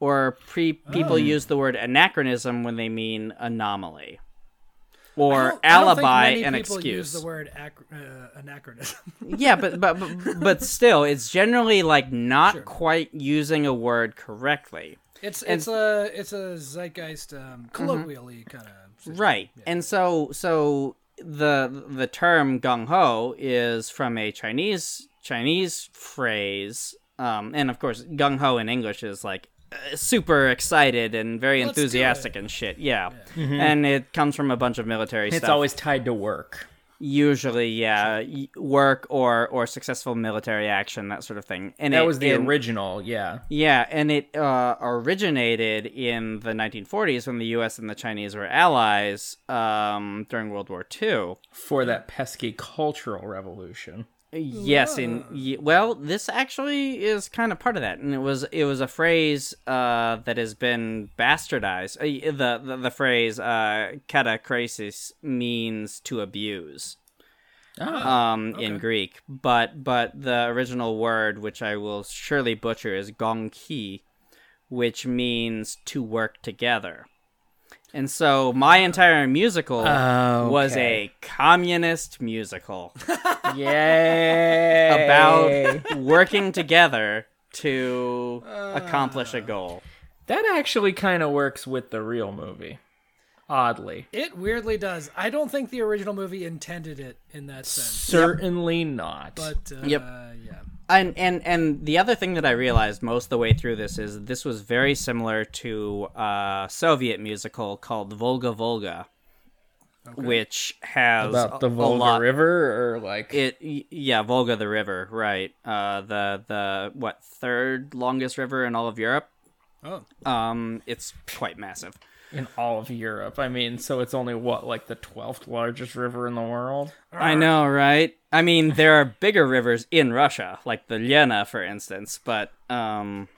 Speaker 3: Or pre people
Speaker 2: Oh.
Speaker 3: use the word anachronism when they mean anomaly.
Speaker 2: I
Speaker 3: Or
Speaker 2: don't- I don't think
Speaker 3: alibi
Speaker 2: many
Speaker 3: and
Speaker 2: people
Speaker 3: excuse.
Speaker 2: Use the word ac- uh, anachronism.
Speaker 3: yeah, but, but but but still it's generally like not quite using a word correctly.
Speaker 2: It's it's a it's a zeitgeist
Speaker 3: Mm-hmm.
Speaker 2: um, colloquially kind of
Speaker 3: Right. And so so the the term gung ho is from a Chinese Chinese phrase. Um, and of course gung ho in English is like uh, super excited and very
Speaker 2: do
Speaker 3: enthusiastic and shit. Yeah. And it comes from a bunch of military
Speaker 1: Mm-hmm. It's
Speaker 3: stuff.
Speaker 1: always tied to work.
Speaker 3: usually yeah, y- work or or successful military action that sort of thing. And
Speaker 1: That
Speaker 3: it-
Speaker 1: was the
Speaker 3: and-
Speaker 1: original, yeah.
Speaker 3: yeah, and it uh, originated in the 1940s when the U.S. and the Chinese were allies um, during World War II.
Speaker 1: For that pesky cultural revolution.
Speaker 3: Yes, in y- well, this actually is kind of part of that, and it was it was a phrase uh, that has been bastardized. Uh, the, the the phrase uh, "katakrasis" means to abuse um, in Greek, but but the original word, which I will surely butcher, is "gonki," which means to work together. And so my entire musical was a
Speaker 1: Okay.
Speaker 3: communist musical
Speaker 1: Yay!
Speaker 3: about working together to accomplish a goal.
Speaker 1: That actually kind of works with the real movie. Oddly.
Speaker 2: It weirdly does. I don't think the original movie intended it in that sense.
Speaker 1: Certainly not.
Speaker 2: But uh,
Speaker 3: Yep.
Speaker 2: yeah.
Speaker 3: And and and the other thing that I realized most of the way through this is this was very similar to a Soviet musical called Volga Volga, which has
Speaker 1: about the
Speaker 3: a- a
Speaker 1: Volga
Speaker 3: lot-
Speaker 1: River or like
Speaker 3: It y- yeah, Volga the river, right? Uh, the the what third longest river in all of Europe.
Speaker 2: Oh.
Speaker 3: Um, it's quite massive.
Speaker 1: in all of Europe. I mean, so it's only what like the 12th largest river in the world.
Speaker 3: I know, right? I mean, there are bigger rivers in Russia, like the Lena, for instance, but um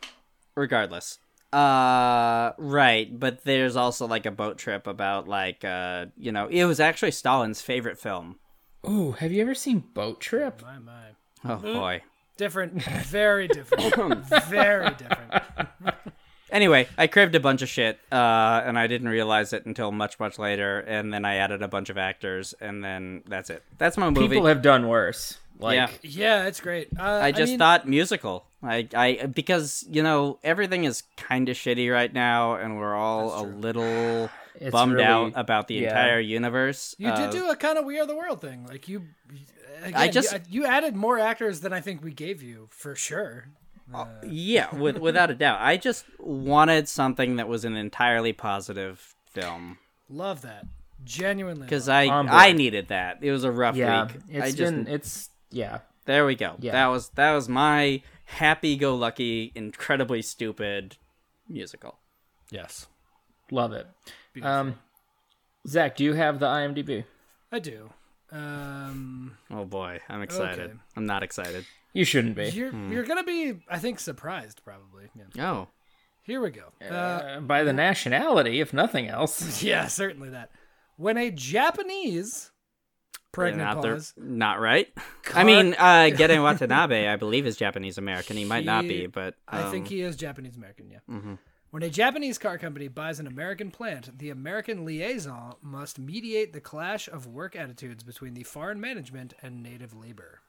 Speaker 3: regardless. Uh right, but there's also like a boat trip about like uh you know, it was actually Stalin's favorite film.
Speaker 1: Ooh, have you ever seen Boat Trip?
Speaker 2: My my.
Speaker 3: Oh
Speaker 1: Mm-hmm.
Speaker 3: boy.
Speaker 2: Different. Very different. very different.
Speaker 3: Anyway, I craved a bunch of shit, uh, and I didn't realize it until much, much later. And then I added a bunch of actors, and then that's it. That's my movie.
Speaker 1: People have done worse. Like
Speaker 3: Yeah.
Speaker 2: Yeah, it's great. Uh,
Speaker 3: I just
Speaker 2: mean,
Speaker 3: thought musical. I, I because you know everything is kind of shitty right now, and we're all a little
Speaker 1: It's
Speaker 3: bummed
Speaker 1: really-
Speaker 3: out about the
Speaker 1: yeah.
Speaker 3: entire universe.
Speaker 2: You did
Speaker 3: Uh,
Speaker 2: do a kind of We Are the World thing. Like you, again,
Speaker 3: I just-
Speaker 2: you, you added more actors than I think we gave you for sure.
Speaker 3: yeah, with, without a doubt. I just wanted something that was an entirely positive film
Speaker 2: Love that. Genuinely.
Speaker 3: because
Speaker 2: love
Speaker 3: I
Speaker 1: On board.
Speaker 3: I needed that. It was a rough
Speaker 1: yeah,
Speaker 3: week.
Speaker 1: it's
Speaker 3: I just
Speaker 1: been it's yeah.
Speaker 3: there we go.
Speaker 1: Yeah.
Speaker 3: That was that was my happy-go-lucky, incredibly stupid musical.
Speaker 2: it. yes,
Speaker 1: Love it. Um Zach, do you have the IMDb?
Speaker 2: I do. Um,
Speaker 3: Oh boy, I'm excited.
Speaker 2: Okay.
Speaker 3: I'm not excited.
Speaker 1: You shouldn't be.
Speaker 2: you're
Speaker 3: Hmm.
Speaker 2: you're gonna be, I think, surprised probably. Yeah.
Speaker 3: Oh.
Speaker 2: Here we go. Uh,
Speaker 1: Uh, by the nationality, if nothing else.
Speaker 2: yeah, certainly that. When a Japanese pregnant
Speaker 3: not the-
Speaker 2: pause,
Speaker 3: not right. I mean, uh, Geren Watanabe, I believe, is Japanese American. He might not
Speaker 2: He-
Speaker 3: be, but
Speaker 2: I think
Speaker 3: um, Mm-hmm.
Speaker 2: he is Japanese American. Yeah. When a Japanese car company buys an American plant, the American liaison must mediate the clash of work attitudes between the foreign management and native labor.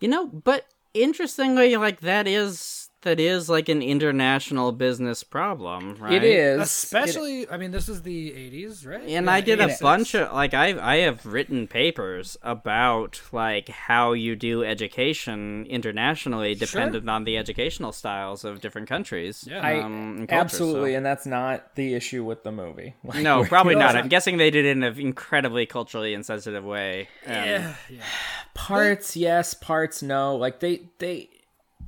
Speaker 3: you know. But interestingly, like that is that is like an international business problem, right?
Speaker 1: It is It-
Speaker 2: Especially, I mean, this is the 80s, right?
Speaker 3: And
Speaker 2: Yeah,
Speaker 3: I did a
Speaker 2: 86.
Speaker 3: bunch of like I I have written papers about like how you do education internationally dependent on the educational styles of different countries.
Speaker 2: Yeah.
Speaker 1: I
Speaker 3: um, and cultures,
Speaker 1: absolutely,
Speaker 3: so-
Speaker 1: and that's not the issue with the movie. Like,
Speaker 3: No, probably
Speaker 2: No,
Speaker 3: not.
Speaker 2: it's
Speaker 3: I'm guessing they did it in an incredibly culturally insensitive way. Um,
Speaker 2: Yeah, yeah.
Speaker 1: parts yes, parts no. Like they they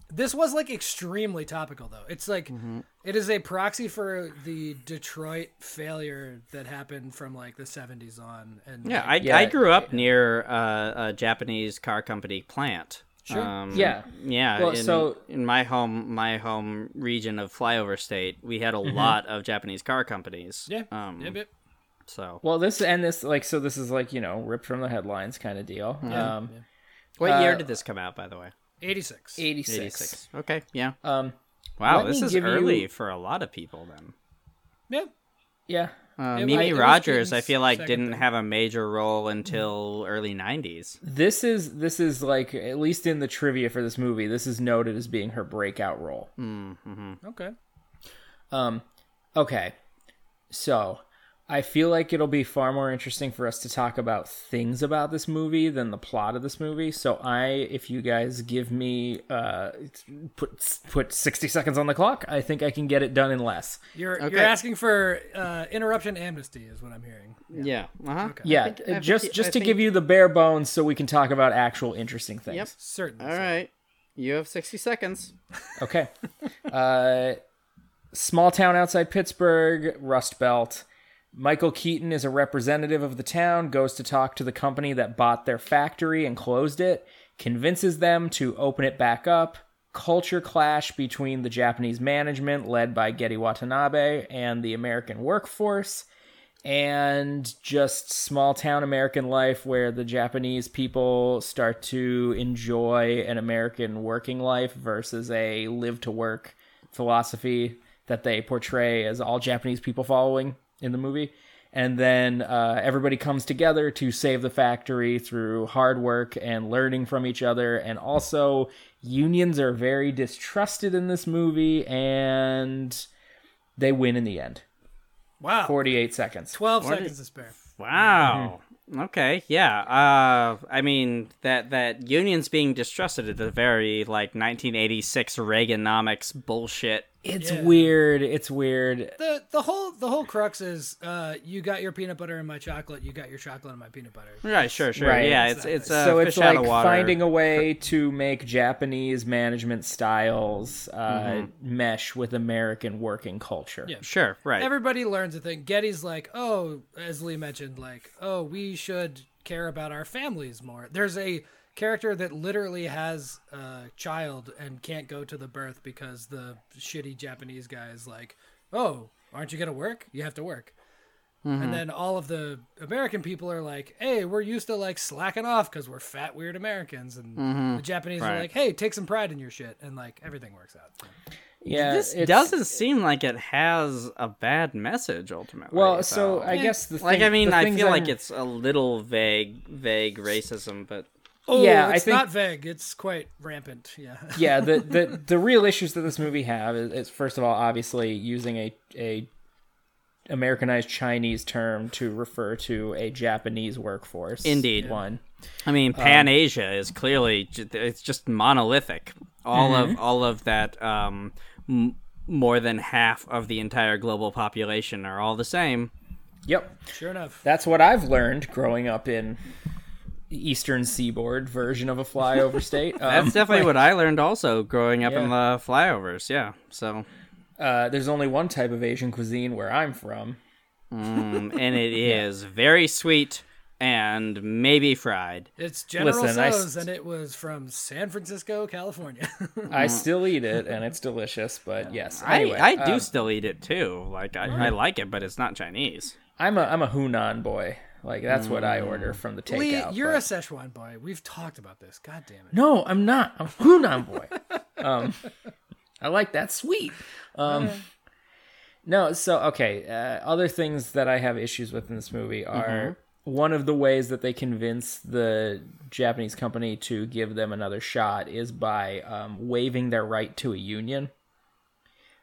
Speaker 2: This was like extremely topical, though. It's like
Speaker 3: Mm-hmm.
Speaker 2: it is a proxy for the Detroit failure that happened from like the 70s on. And
Speaker 3: Yeah,
Speaker 2: like,
Speaker 3: I,
Speaker 1: Yeah.
Speaker 3: I grew up near uh, a Japanese car company plant.
Speaker 2: Sure.
Speaker 3: Um,
Speaker 1: Yeah.
Speaker 3: Yeah.
Speaker 1: Well,
Speaker 3: in,
Speaker 1: so-
Speaker 3: in my home, my home region of flyover state, we had a lot of Japanese car companies.
Speaker 2: yeah,
Speaker 3: Um,
Speaker 2: yep, yep.
Speaker 3: So,
Speaker 1: well this and this like so this is like you know ripped from the headlines kind of deal. um,
Speaker 3: what
Speaker 1: uh,
Speaker 3: year did this come out, by the way?
Speaker 2: 86.
Speaker 1: eighty six.
Speaker 3: 86. Okay. Yeah.
Speaker 1: Um,
Speaker 3: Wow,
Speaker 1: let
Speaker 3: this
Speaker 1: me
Speaker 3: is
Speaker 1: give you-
Speaker 3: early for a lot of people then.
Speaker 2: Yeah,
Speaker 1: yeah.
Speaker 3: Uh,
Speaker 2: It was-
Speaker 3: Mimi
Speaker 2: it was
Speaker 3: Rogers, I
Speaker 2: Keaton's
Speaker 3: feel like,
Speaker 2: second
Speaker 3: didn't
Speaker 2: thing. Mm-hmm.
Speaker 3: have a major role until early 90s.
Speaker 1: This is this is like at least in the trivia for this movie, this is noted as being her breakout role.
Speaker 2: okay.
Speaker 1: Um, okay, so I feel like it'll be far more interesting for us to talk about things about this movie than the plot of this movie. So I, if you guys give me uh, put put sixty seconds on the clock, I think I can get it done in less.
Speaker 2: You're
Speaker 3: Okay.
Speaker 2: you're asking for uh, interruption amnesty, is what I'm hearing.
Speaker 3: Yeah. Uh-huh.
Speaker 1: yeah, uh,
Speaker 3: think- I think
Speaker 1: just
Speaker 3: you-
Speaker 1: just
Speaker 3: I
Speaker 1: to give
Speaker 3: think-
Speaker 1: you the bare bones, so we can talk about actual interesting things.
Speaker 3: Yep.
Speaker 2: Certainly.
Speaker 3: All right. You have 60 seconds.
Speaker 1: Okay. Uh, small town outside Pittsburgh, Rust Belt. Michael Keaton is a representative of the town, goes to talk to the company that bought their factory and closed it, convinces them to open it back up. Culture clash between the Japanese management, led by Getty Watanabe, and the American workforce and just small town American life where the Japanese people start to enjoy an American working life versus a live to work philosophy that they portray as all Japanese people following in the movie. And then uh, everybody comes together to save the factory through hard work and learning from each other. And also, unions are very distrusted in this movie, and they win in the end.
Speaker 2: Wow.
Speaker 1: 48 seconds.
Speaker 2: 12 seconds to spare.
Speaker 3: Wow. Okay. Yeah. Uh, I mean that that unions being distrusted at the very like 1986 Reaganomics bullshit.
Speaker 1: It's
Speaker 2: Yeah.
Speaker 1: weird. It's weird.
Speaker 2: The the whole the whole crux is uh, you got your peanut butter and my chocolate. You got your chocolate and my peanut butter.
Speaker 3: Right. Sure. Sure.
Speaker 1: Right.
Speaker 3: Yeah. It's it's uh,
Speaker 1: so
Speaker 3: fish
Speaker 1: it's
Speaker 3: out
Speaker 1: like
Speaker 3: of water.
Speaker 1: finding a way to make Japanese management styles uh,
Speaker 3: Mm-hmm.
Speaker 1: mesh with American working culture.
Speaker 2: Yeah.
Speaker 3: Sure. Right.
Speaker 2: Everybody learns a thing. Getty's like, oh, as Lee mentioned, like, oh, we should care about our families more. There's a character that literally has a child and can't go to the birth because the shitty Japanese guy is like, oh, aren't you gonna work? You have to work.
Speaker 1: Mm-hmm.
Speaker 2: And then all of the American people are like, hey, we're used to like slacking off because we're fat, weird Americans. And
Speaker 1: Mm-hmm.
Speaker 2: the Japanese are
Speaker 3: Right.
Speaker 2: like, hey, take some pride in your shit. And like everything works out.
Speaker 1: yeah
Speaker 3: this
Speaker 1: it's-
Speaker 3: doesn't seem like it has a bad message ultimately.
Speaker 1: Well, so I guess the
Speaker 3: like
Speaker 1: thing-
Speaker 3: I mean
Speaker 1: the
Speaker 3: I
Speaker 1: things
Speaker 3: feel
Speaker 1: I'm-
Speaker 3: like it's a little vague vague racism, but
Speaker 2: Oh,
Speaker 1: Yeah, I
Speaker 2: it's
Speaker 1: think-
Speaker 2: not vague. It's quite rampant. Yeah.
Speaker 1: yeah the, the the real issues that this movie have is, is first of all obviously using a a Americanized Chinese term to refer to a Japanese workforce.
Speaker 3: Indeed.
Speaker 1: one.
Speaker 3: I mean, Pan Asia is clearly ju- it's just monolithic. All of all of that, um, m- more than half of the entire global population are all the same.
Speaker 1: Yep.
Speaker 2: Sure enough.
Speaker 1: That's what I've learned growing up in the Eastern Seaboard version of a flyover state. Um,
Speaker 3: That's definitely what I learned also growing up in
Speaker 1: Yeah.
Speaker 3: the flyovers. Yeah, so
Speaker 1: uh, there's only one type of Asian cuisine where I'm from.
Speaker 3: um, and it is very sweet and maybe fried.
Speaker 2: It's General
Speaker 1: Listen, I s-
Speaker 2: So's, and it was from San Francisco, California.
Speaker 1: I still eat it and it's delicious, but yes. Anyway,
Speaker 3: Mm. I, I do
Speaker 1: um,
Speaker 3: still eat it too. Like I, I like it, but it's not Chinese.
Speaker 1: I'm a I'm a Hunan boy. Like that's what I order
Speaker 3: Mm.
Speaker 1: from the takeout.
Speaker 2: Lee, you're a
Speaker 1: but-
Speaker 2: Szechuan boy. We've talked about this. God damn it.
Speaker 1: no, I'm not. I'm a Hunan boy. um, I like that sweet. Um, no, so okay. Uh, other things that I have issues with in this movie are one of the ways that they convince the Japanese company to give them another shot is by um, waiving their right to a union.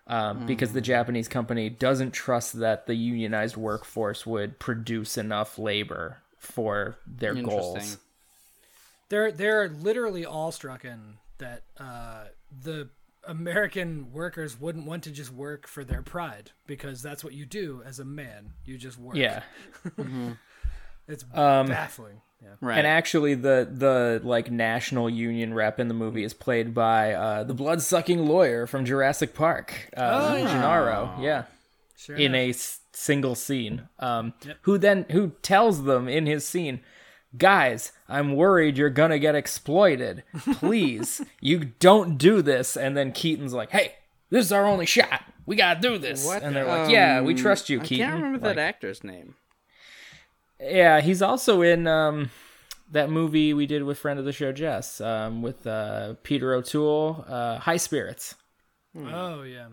Speaker 1: Um, Because the Japanese company doesn't trust that the unionized workforce would produce enough labor for their goals.
Speaker 3: Interesting.
Speaker 2: they're they're literally awestrucken that uh, the American workers wouldn't want to just work for their pride because that's what you do as a man. You just work.
Speaker 1: Yeah. um,
Speaker 2: it's baffling. Yeah.
Speaker 3: Right.
Speaker 1: And actually, the the like national union rep in the movie is played by uh, the blood sucking lawyer from Jurassic Park, uh,
Speaker 2: Oh, yeah.
Speaker 1: Gennaro. Yeah,
Speaker 2: Sure
Speaker 1: in a s- single scene. Um, Who then who tells them in his scene, guys, I'm worried you're gonna get exploited. Please, you don't do this. And then Keaton's like, Hey, this is our only shot. We gotta do this. And they're like, Yeah, we
Speaker 3: Um,
Speaker 1: trust you,
Speaker 3: I
Speaker 1: Keaton.
Speaker 3: can't remember
Speaker 1: Like,
Speaker 3: that actor's name.
Speaker 1: yeah, he's also in um, that movie we did with friend of the show Jess um, with uh, Peter O'Toole, uh, High Spirits.
Speaker 2: Oh yeah.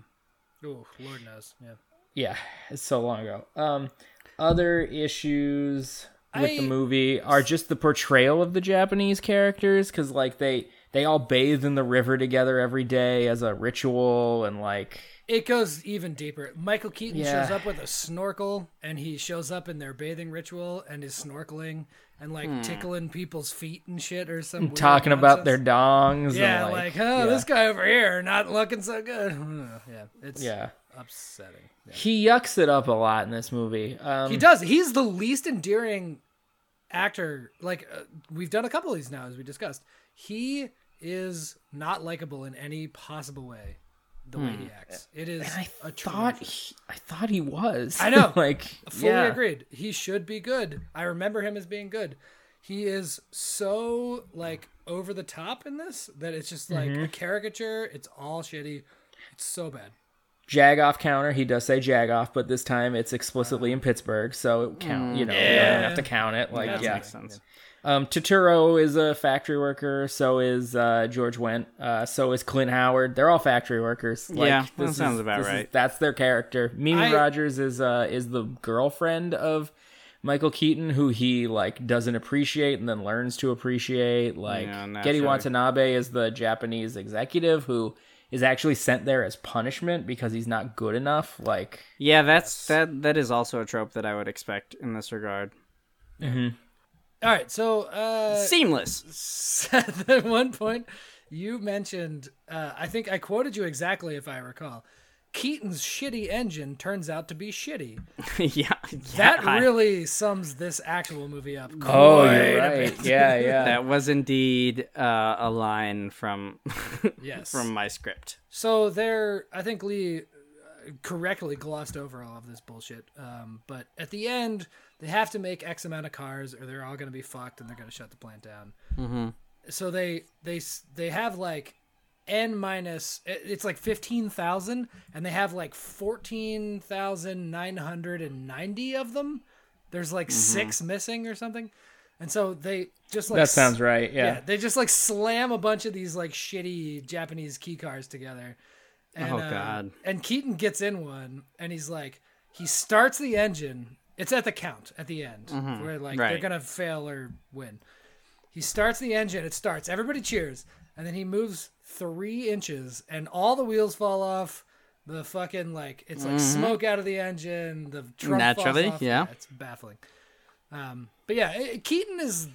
Speaker 2: Oh Lord knows. Yeah.
Speaker 1: Yeah, it's so long ago. Um, other issues with
Speaker 2: I-
Speaker 1: the movie are just the portrayal of the Japanese characters because like they they all bathe in the river together every day as a ritual and like
Speaker 2: It goes even deeper. Michael Keaton
Speaker 1: Yeah.
Speaker 2: shows up with a snorkel and he shows up in their bathing ritual and is snorkeling and like tickling people's feet and shit or something.
Speaker 1: Hmm. talking about their dongs.
Speaker 2: Yeah,
Speaker 1: and,
Speaker 2: like, oh,
Speaker 1: yeah.
Speaker 2: this guy over here not looking so good. Yeah, it's
Speaker 1: Yeah, Hmm.
Speaker 2: upsetting. Yeah.
Speaker 1: he yucks it up a lot in this movie. Um,
Speaker 2: He does. He's the least endearing actor. Like uh, we've done a couple of these now, as we discussed. He is not likable in any possible way. The way he acts, it is.
Speaker 1: Hmm. And I
Speaker 2: a
Speaker 1: thought
Speaker 2: tremendous-
Speaker 1: he, I thought he was.
Speaker 2: I know.
Speaker 1: like,
Speaker 2: fully
Speaker 1: yeah.
Speaker 2: agreed. He should be good. I remember him as being good. He is so like over the top in this that it's just like
Speaker 3: Mm-hmm.
Speaker 2: a caricature. It's all shitty. It's so bad.
Speaker 1: Jagoff counter. He does say Jagoff, but this time it's explicitly in Pittsburgh, so it count. You know, you don't have to count it. Like,
Speaker 3: That
Speaker 1: yeah.
Speaker 3: makes sense.
Speaker 1: Um, Totoro is a factory worker. So is uh, George Wendt. Uh, so is Clint Howard. They're all factory workers. Like,
Speaker 3: Yeah, that
Speaker 1: this is-
Speaker 3: sounds about
Speaker 1: this is-
Speaker 3: right.
Speaker 1: that's their character. Mimi
Speaker 2: I-
Speaker 1: Rogers is uh, is the girlfriend of Michael Keaton, who he like doesn't appreciate and then learns to appreciate. Like
Speaker 3: Yeah,
Speaker 1: Getty
Speaker 3: naturally.
Speaker 1: Watanabe is the Japanese executive who is actually sent there as punishment because he's not good enough. Like
Speaker 3: Yeah, that's that. That is also a trope that I would expect in this regard.
Speaker 2: All right, so uh,
Speaker 3: Seamless.
Speaker 2: Seth, at one point you mentioned uh, i think i quoted you exactly if i recall keaton's shitty engine turns out to be shitty
Speaker 3: yeah,
Speaker 2: that
Speaker 3: yeah, I-
Speaker 2: really sums this actual movie up
Speaker 1: oh,
Speaker 2: quite
Speaker 1: you're
Speaker 2: a
Speaker 1: right.
Speaker 2: bit.
Speaker 1: Yeah, yeah.
Speaker 3: That was indeed uh, a line from
Speaker 2: Yes.
Speaker 3: from my script.
Speaker 2: so there i think lee uh, correctly glossed over all of this bullshit um, but at the end they have to make x amount of cars or they're all going to be fucked and they're going to shut the plant down so they they s- they have like n minus it- it's like 15,000 and they have like 14,990 of them there's like six missing or something and so they just like
Speaker 1: That
Speaker 2: s-
Speaker 1: sounds right.
Speaker 2: yeah.
Speaker 1: Yeah.
Speaker 2: they just like slam a bunch of these like shitty japanese key cards together and,
Speaker 3: Oh,
Speaker 2: uh,
Speaker 3: God.
Speaker 2: and keaton gets in one and he's like he starts the engine it's at the count at the end where like they're
Speaker 3: Mm-hmm. Right.
Speaker 2: gonna fail or win he starts the engine, it starts, everybody cheers, and then he moves three inches and all the wheels fall off. The fucking like it's like smoke out of the engine, the trunk
Speaker 3: Mm-hmm. Naturally,
Speaker 2: falls off.
Speaker 3: yeah.
Speaker 2: It's baffling. Um but yeah, eh, Keaton is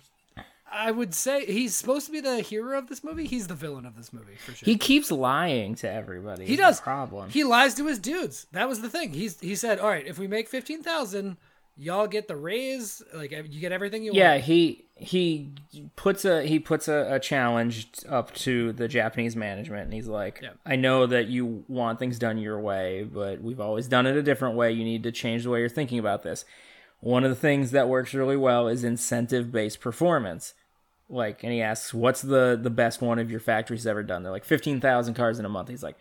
Speaker 2: I would say he's supposed to be the hero of this movie. He's the villain of this movie for sure.
Speaker 1: He keeps lying to everybody.
Speaker 2: He
Speaker 1: is the
Speaker 2: does.
Speaker 1: Problem.
Speaker 2: He lies to his dudes. That was the thing. He's he said, "All right, if we make 15,000, y'all get the raise, like you get everything you
Speaker 1: yeah
Speaker 2: want."
Speaker 1: he he puts a he puts a, a challenge up to the japanese management and he's like
Speaker 2: Yeah.
Speaker 1: i know that you want things done your way but we've always done it a different way you need to change the way you're thinking about this one of the things that works really well is incentive based performance like and he asks what's the the best one of your factories ever done they're like 15000 cars in a month he's like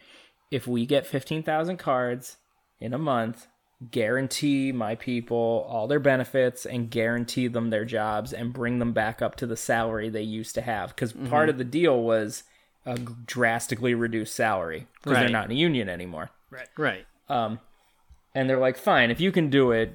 Speaker 1: if we get 15000 cards in a month guarantee my people all their benefits and guarantee them their jobs and bring them back up to the salary they used to have because part of the deal was a g- drastically reduced salary because they're
Speaker 3: Right.
Speaker 1: not in a union anymore
Speaker 3: Right.
Speaker 1: and they're like fine if you can do it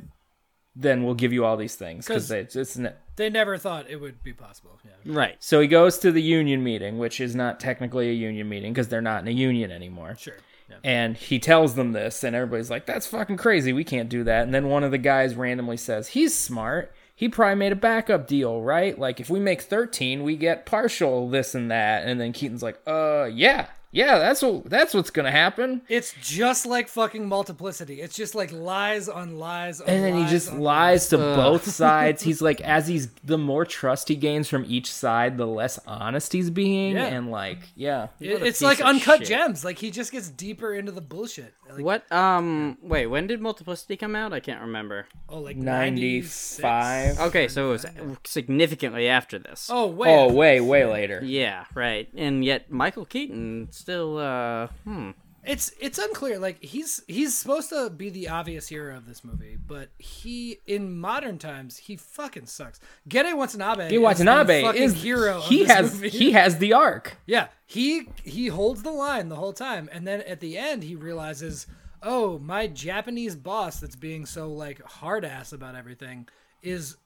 Speaker 1: then we'll give you all these things because it's, it's n-
Speaker 2: They never thought it would be possible. Yeah.
Speaker 3: Right.
Speaker 1: so he goes to the union meeting, which is not technically a union meeting because they're not in a union anymore.
Speaker 2: Sure. Yeah.
Speaker 1: And he tells them this, and everybody's like, "That's fucking crazy. We can't do that." And then one of the guys randomly says, "He's smart. He probably made a backup deal, right? Like if we make thirteen, we get partial this and that." And then Keaton's like, "Uh, yeah, yeah. That's what that's what's gonna happen."
Speaker 2: It's just like fucking multiplicity. It's just like lies on lies on
Speaker 1: And then he
Speaker 2: lies
Speaker 1: just
Speaker 2: on
Speaker 1: lies to both sides. He's like, as he's the more trust he gains from each side, the less honest he's being,
Speaker 2: Yeah.
Speaker 1: and like, yeah,
Speaker 2: It-
Speaker 3: a
Speaker 2: it's
Speaker 3: piece
Speaker 2: like
Speaker 3: of
Speaker 2: uncut
Speaker 3: shit.
Speaker 2: gems. Like he just gets deeper into the bullshit. Like,
Speaker 3: What? Um. Wait. When did Multiplicity come out? I can't remember.
Speaker 2: Oh, like 96?
Speaker 1: 95.
Speaker 3: Okay, so it was significantly after this.
Speaker 2: Oh wait.
Speaker 1: Oh, way, way later.
Speaker 3: Yeah. Right. And yet Michael Keaton still. Uh. Hmm.
Speaker 2: It's it's unclear. Like he's he's supposed to be the obvious hero of this movie, but he in modern times he fucking sucks. Gede Watanabe.
Speaker 1: He
Speaker 2: is the
Speaker 1: Watanabe
Speaker 2: fucking
Speaker 1: is
Speaker 2: hero.
Speaker 1: He
Speaker 2: of this
Speaker 1: has
Speaker 2: movie.
Speaker 1: he has the arc.
Speaker 2: Yeah, he he holds the line the whole time, and then at the end he realizes, oh, my Japanese boss that's being so like hard ass about everything is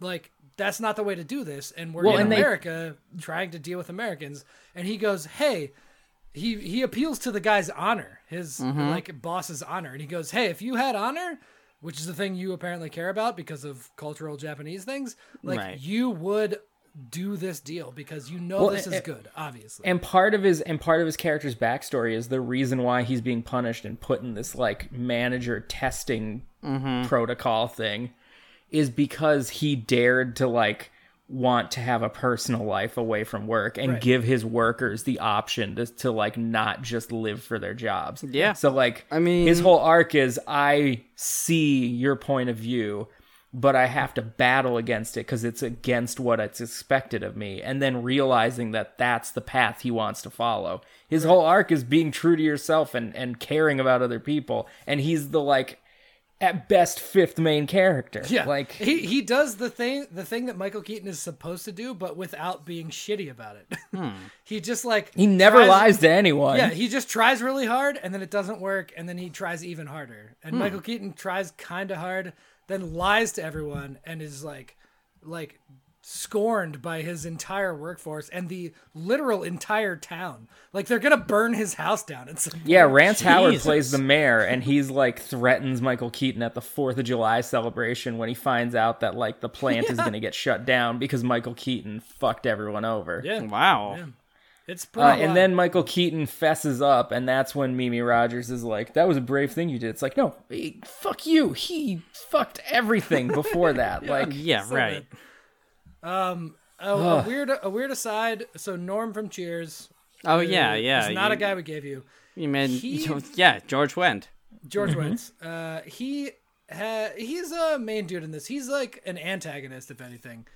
Speaker 2: like that's not the way to do this, and we're
Speaker 1: Well,
Speaker 2: in
Speaker 1: and they-
Speaker 2: America trying to deal with Americans, and he goes, hey. He, he appeals to the guy's honor, his
Speaker 1: Mm-hmm.
Speaker 2: like boss's honor, and he goes, "Hey, if you had honor, which is the thing you apparently care about because of cultural Japanese things, like
Speaker 3: Right.
Speaker 2: you would do this deal because you know
Speaker 1: Well, eh,
Speaker 2: this is
Speaker 1: and-
Speaker 2: good, obviously.
Speaker 1: And part of his and part of his character's backstory is the reason why he's being punished and put in this like manager testing
Speaker 3: Mm-hmm.
Speaker 1: protocol thing is because he dared to like want to have a personal life away from work and give his workers the option to, to like not just live for their jobs.
Speaker 3: Yeah.
Speaker 1: So like
Speaker 3: I mean-
Speaker 1: his whole arc is I see your point of view, but I have to battle against it because it's against what it's expected of me. And then realizing that that's the path he wants to follow. His whole arc is being true to yourself and, and caring about other people. And he's the like, at best, fifth main character.
Speaker 2: yeah,
Speaker 1: Like,
Speaker 2: he he does the thing the thing that Michael Keaton is supposed to do, but without being shitty about it. he just like
Speaker 1: Hmm. he never
Speaker 2: tries-
Speaker 1: lies to anyone.
Speaker 2: Yeah, he just tries really hard, and then it doesn't work, and then he tries even harder. And
Speaker 1: Hmm.
Speaker 2: Michael Keaton tries kind of hard, then lies to everyone, and is like, like scorned by his entire workforce and the literal entire town. Like they're gonna burn his house down. It's
Speaker 1: Yeah, Rance Howard
Speaker 3: Jesus.
Speaker 1: plays the mayor, and he's like threatens Michael Keaton at the Fourth of July celebration when he finds out that like the plant is going to get shut down because Michael Keaton fucked everyone over.
Speaker 2: yeah,
Speaker 3: Wow.
Speaker 2: it's
Speaker 1: Uh,
Speaker 2: pretty.
Speaker 1: and
Speaker 2: wild.
Speaker 1: then Michael Keaton fesses up, and that's when Mimi Rogers is like, "That was a brave thing you did." It's like, no, eh, fuck you. He fucked everything before that. Like,
Speaker 3: Yeah. right.
Speaker 2: Oh, a weird a weird aside. So Norm from Cheers.
Speaker 3: Oh
Speaker 2: who
Speaker 3: yeah. Yeah.
Speaker 2: is not
Speaker 3: you,
Speaker 2: a guy we gave you.
Speaker 3: You mean?
Speaker 2: he-
Speaker 3: you- yeah. George Wendt.
Speaker 2: George Wentz. Uh, he ha- he's a main dude in this. He's like an antagonist, if anything.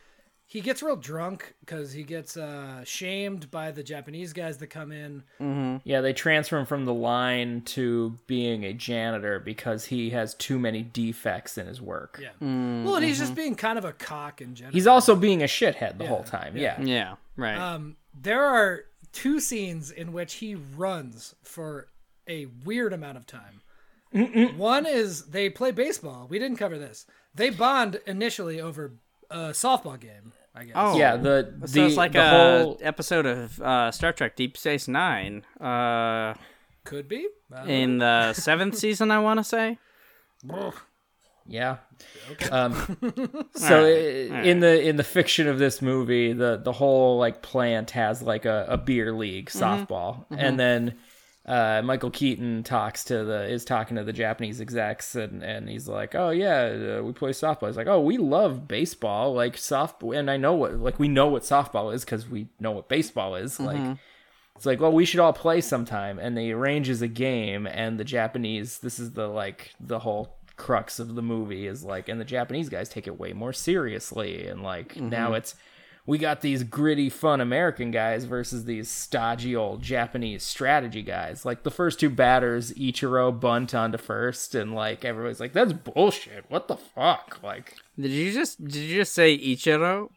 Speaker 2: He gets real drunk because he gets uh, shamed by the Japanese guys that come in.
Speaker 1: yeah, they transfer him from the line to being a janitor because he has too many defects in his work.
Speaker 2: Yeah. Well, and he's just being kind of a cock in general.
Speaker 1: He's also being a shithead the whole time. Yeah.
Speaker 3: Yeah. Right.
Speaker 2: Um, there are two scenes in which he runs for a weird amount of time. One is they play baseball. We didn't cover this. They bond initially over a softball game. I guess.
Speaker 3: oh.
Speaker 1: Yeah, the the,
Speaker 3: So it's like
Speaker 1: the
Speaker 3: a
Speaker 1: whole
Speaker 3: episode of uh, Star Trek Deep Space Nine, uh,
Speaker 2: could be. Uh,
Speaker 3: in the seventh season, I want to say.
Speaker 1: yeah. Um, so i in the in the fiction of this movie, the the whole like plant has like a, a beer league softball, and then uh, Michael Keaton talks to the is talking to the Japanese execs, and and he's like, oh yeah, uh, we play softball. He's like, oh, we love baseball, like softball, and I know what like we know what softball is because we know what baseball is, like. It's like, well, we should all play sometime, and they arranges a game, and the Japanese. This is the like the whole crux of the movie is like, and the Japanese guys take it way more seriously, and like now it's we got these gritty, fun American guys versus these stodgy old Japanese strategy guys. Like the first two batters, Ichiro bunt onto first, and like everybody's like, that's bullshit. What the fuck? Like,
Speaker 3: Did you just did you just say Ichiro?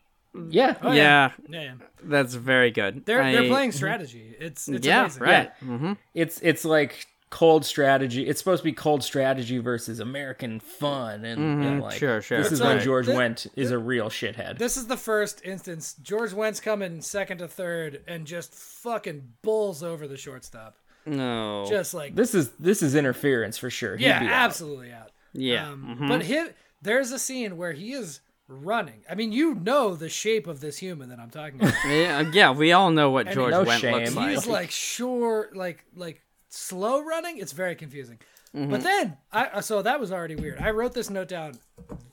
Speaker 1: yeah,
Speaker 2: Oh,
Speaker 3: yeah.
Speaker 2: Yeah, yeah.
Speaker 3: that's very good.
Speaker 2: They're they're
Speaker 3: I-
Speaker 2: playing strategy. It's it's
Speaker 3: Yeah,
Speaker 2: amazing.
Speaker 3: right.
Speaker 1: it's it's like cold strategy. It's supposed to be cold strategy versus American fun, and, and, like
Speaker 3: Mm-hmm. sure, sure.
Speaker 1: this is
Speaker 2: Right.
Speaker 1: when George
Speaker 2: Th-
Speaker 1: Wendt is a real shithead.
Speaker 2: This is the first instance George Wentz coming second to third and just fucking bulls over the shortstop.
Speaker 3: No.
Speaker 2: Just like
Speaker 1: this is this is interference for sure. He'd
Speaker 2: yeah,
Speaker 1: be out.
Speaker 2: absolutely out.
Speaker 3: yeah.
Speaker 2: Um,
Speaker 3: mhm.
Speaker 2: But hi there's a scene where he is running. I mean, you know the shape of this human that I'm talking about.
Speaker 3: yeah. uh, yeah, we all know what
Speaker 2: And
Speaker 3: George
Speaker 1: no
Speaker 3: Wendt
Speaker 1: shame.
Speaker 3: looks like.
Speaker 2: He's like sure, like like slow running. It's very confusing. But then I so that was already weird. I wrote this note down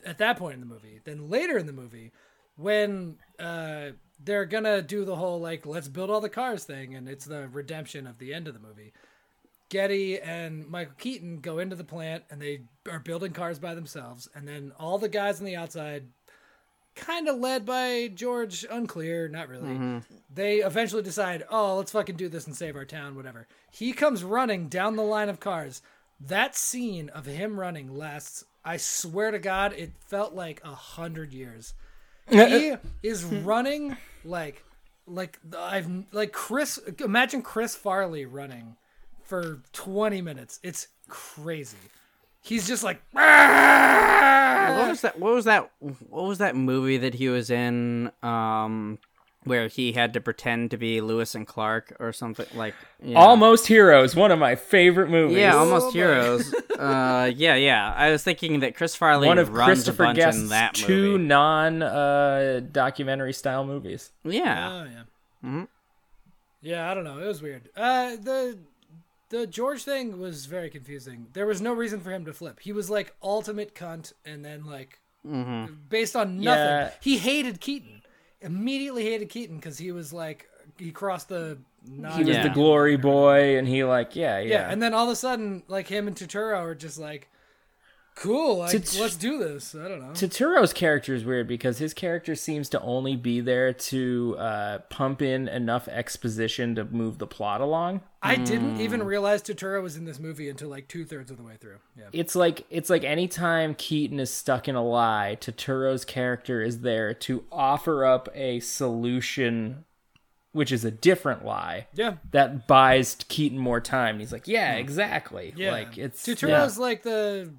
Speaker 2: at that point in the movie. Then later in the movie, when uh, they're gonna do the whole like let's build all the cars thing, and it's the redemption of the end of the movie. Getty and Michael Keaton go into the plant and they are building cars by themselves. And then all the guys on the outside, kind of led by George, unclear, not really, they eventually decide, oh, let's fucking do this and save our town, whatever. He comes running down the line of cars. That scene of him running lasts, I swear to God, it felt like a hundred years. He is running like, like I've like Chris. Imagine Chris Farley running for 20 minutes. It's crazy. He's just like,
Speaker 3: what was that? What was that? What was that movie that he was in? Um, where he had to pretend to be Lewis and Clark or something like yeah.
Speaker 1: Almost Heroes, one of my favorite movies.
Speaker 3: Yeah,
Speaker 2: Oh
Speaker 3: almost
Speaker 2: my-
Speaker 3: heroes. uh, yeah, yeah. I was thinking that Chris Farley
Speaker 1: one of
Speaker 3: runs a
Speaker 1: Christopher
Speaker 3: bunch in
Speaker 1: Guest's
Speaker 3: that
Speaker 1: two
Speaker 3: movie.
Speaker 1: non uh, documentary style movies.
Speaker 3: yeah,
Speaker 2: Oh yeah. Yeah, I don't know. It was weird. Uh, the the George thing was very confusing. There was no reason for him to flip. He was like ultimate cunt, and then like based on nothing.
Speaker 1: Yeah.
Speaker 2: He hated Keaton. Immediately hated Keaton because he was like he crossed the.
Speaker 1: He was
Speaker 3: Yeah.
Speaker 1: the glory boy, and he like yeah yeah.
Speaker 2: Yeah, and then all of a sudden, like him and Turturro are just like, cool, like,
Speaker 1: Tut-
Speaker 2: let's do this. I don't know.
Speaker 1: Totoro's character is weird because his character seems to only be there to uh, pump in enough exposition to move the plot along.
Speaker 2: I
Speaker 1: Hmm.
Speaker 2: didn't even realize Turturro was in this movie until like two thirds of the way through. Yeah.
Speaker 1: It's like it's like anytime Keaton is stuck in a lie, Totoro's character is there to offer up a solution, which is a different lie
Speaker 2: Yeah.
Speaker 1: that buys Keaton more time. And he's like, yeah, exactly.
Speaker 2: Yeah.
Speaker 1: Like it's
Speaker 2: Tuturo's like the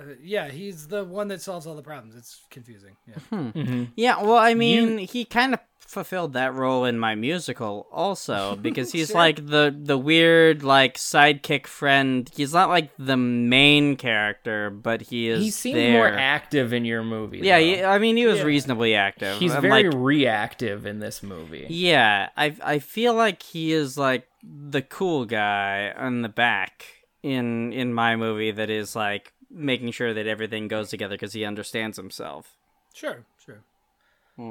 Speaker 2: uh, yeah, he's the one that solves all the problems. It's confusing. Yeah.
Speaker 3: yeah. Well, I mean, he kind of fulfilled that role in my musical also because he's like the the weird like sidekick friend. He's not like the main character, but he
Speaker 1: yeah.
Speaker 3: is.
Speaker 1: he seemed
Speaker 3: there.
Speaker 1: more active in your movie.
Speaker 3: Yeah,
Speaker 1: though.
Speaker 3: he, I mean, he was reasonably active.
Speaker 1: he's
Speaker 3: I'm
Speaker 1: very
Speaker 3: like,
Speaker 1: reactive in this movie.
Speaker 3: Yeah, I I feel like he is like the cool guy on the back in in my movie that is like making sure that everything goes together because he understands himself.
Speaker 2: Sure, sure.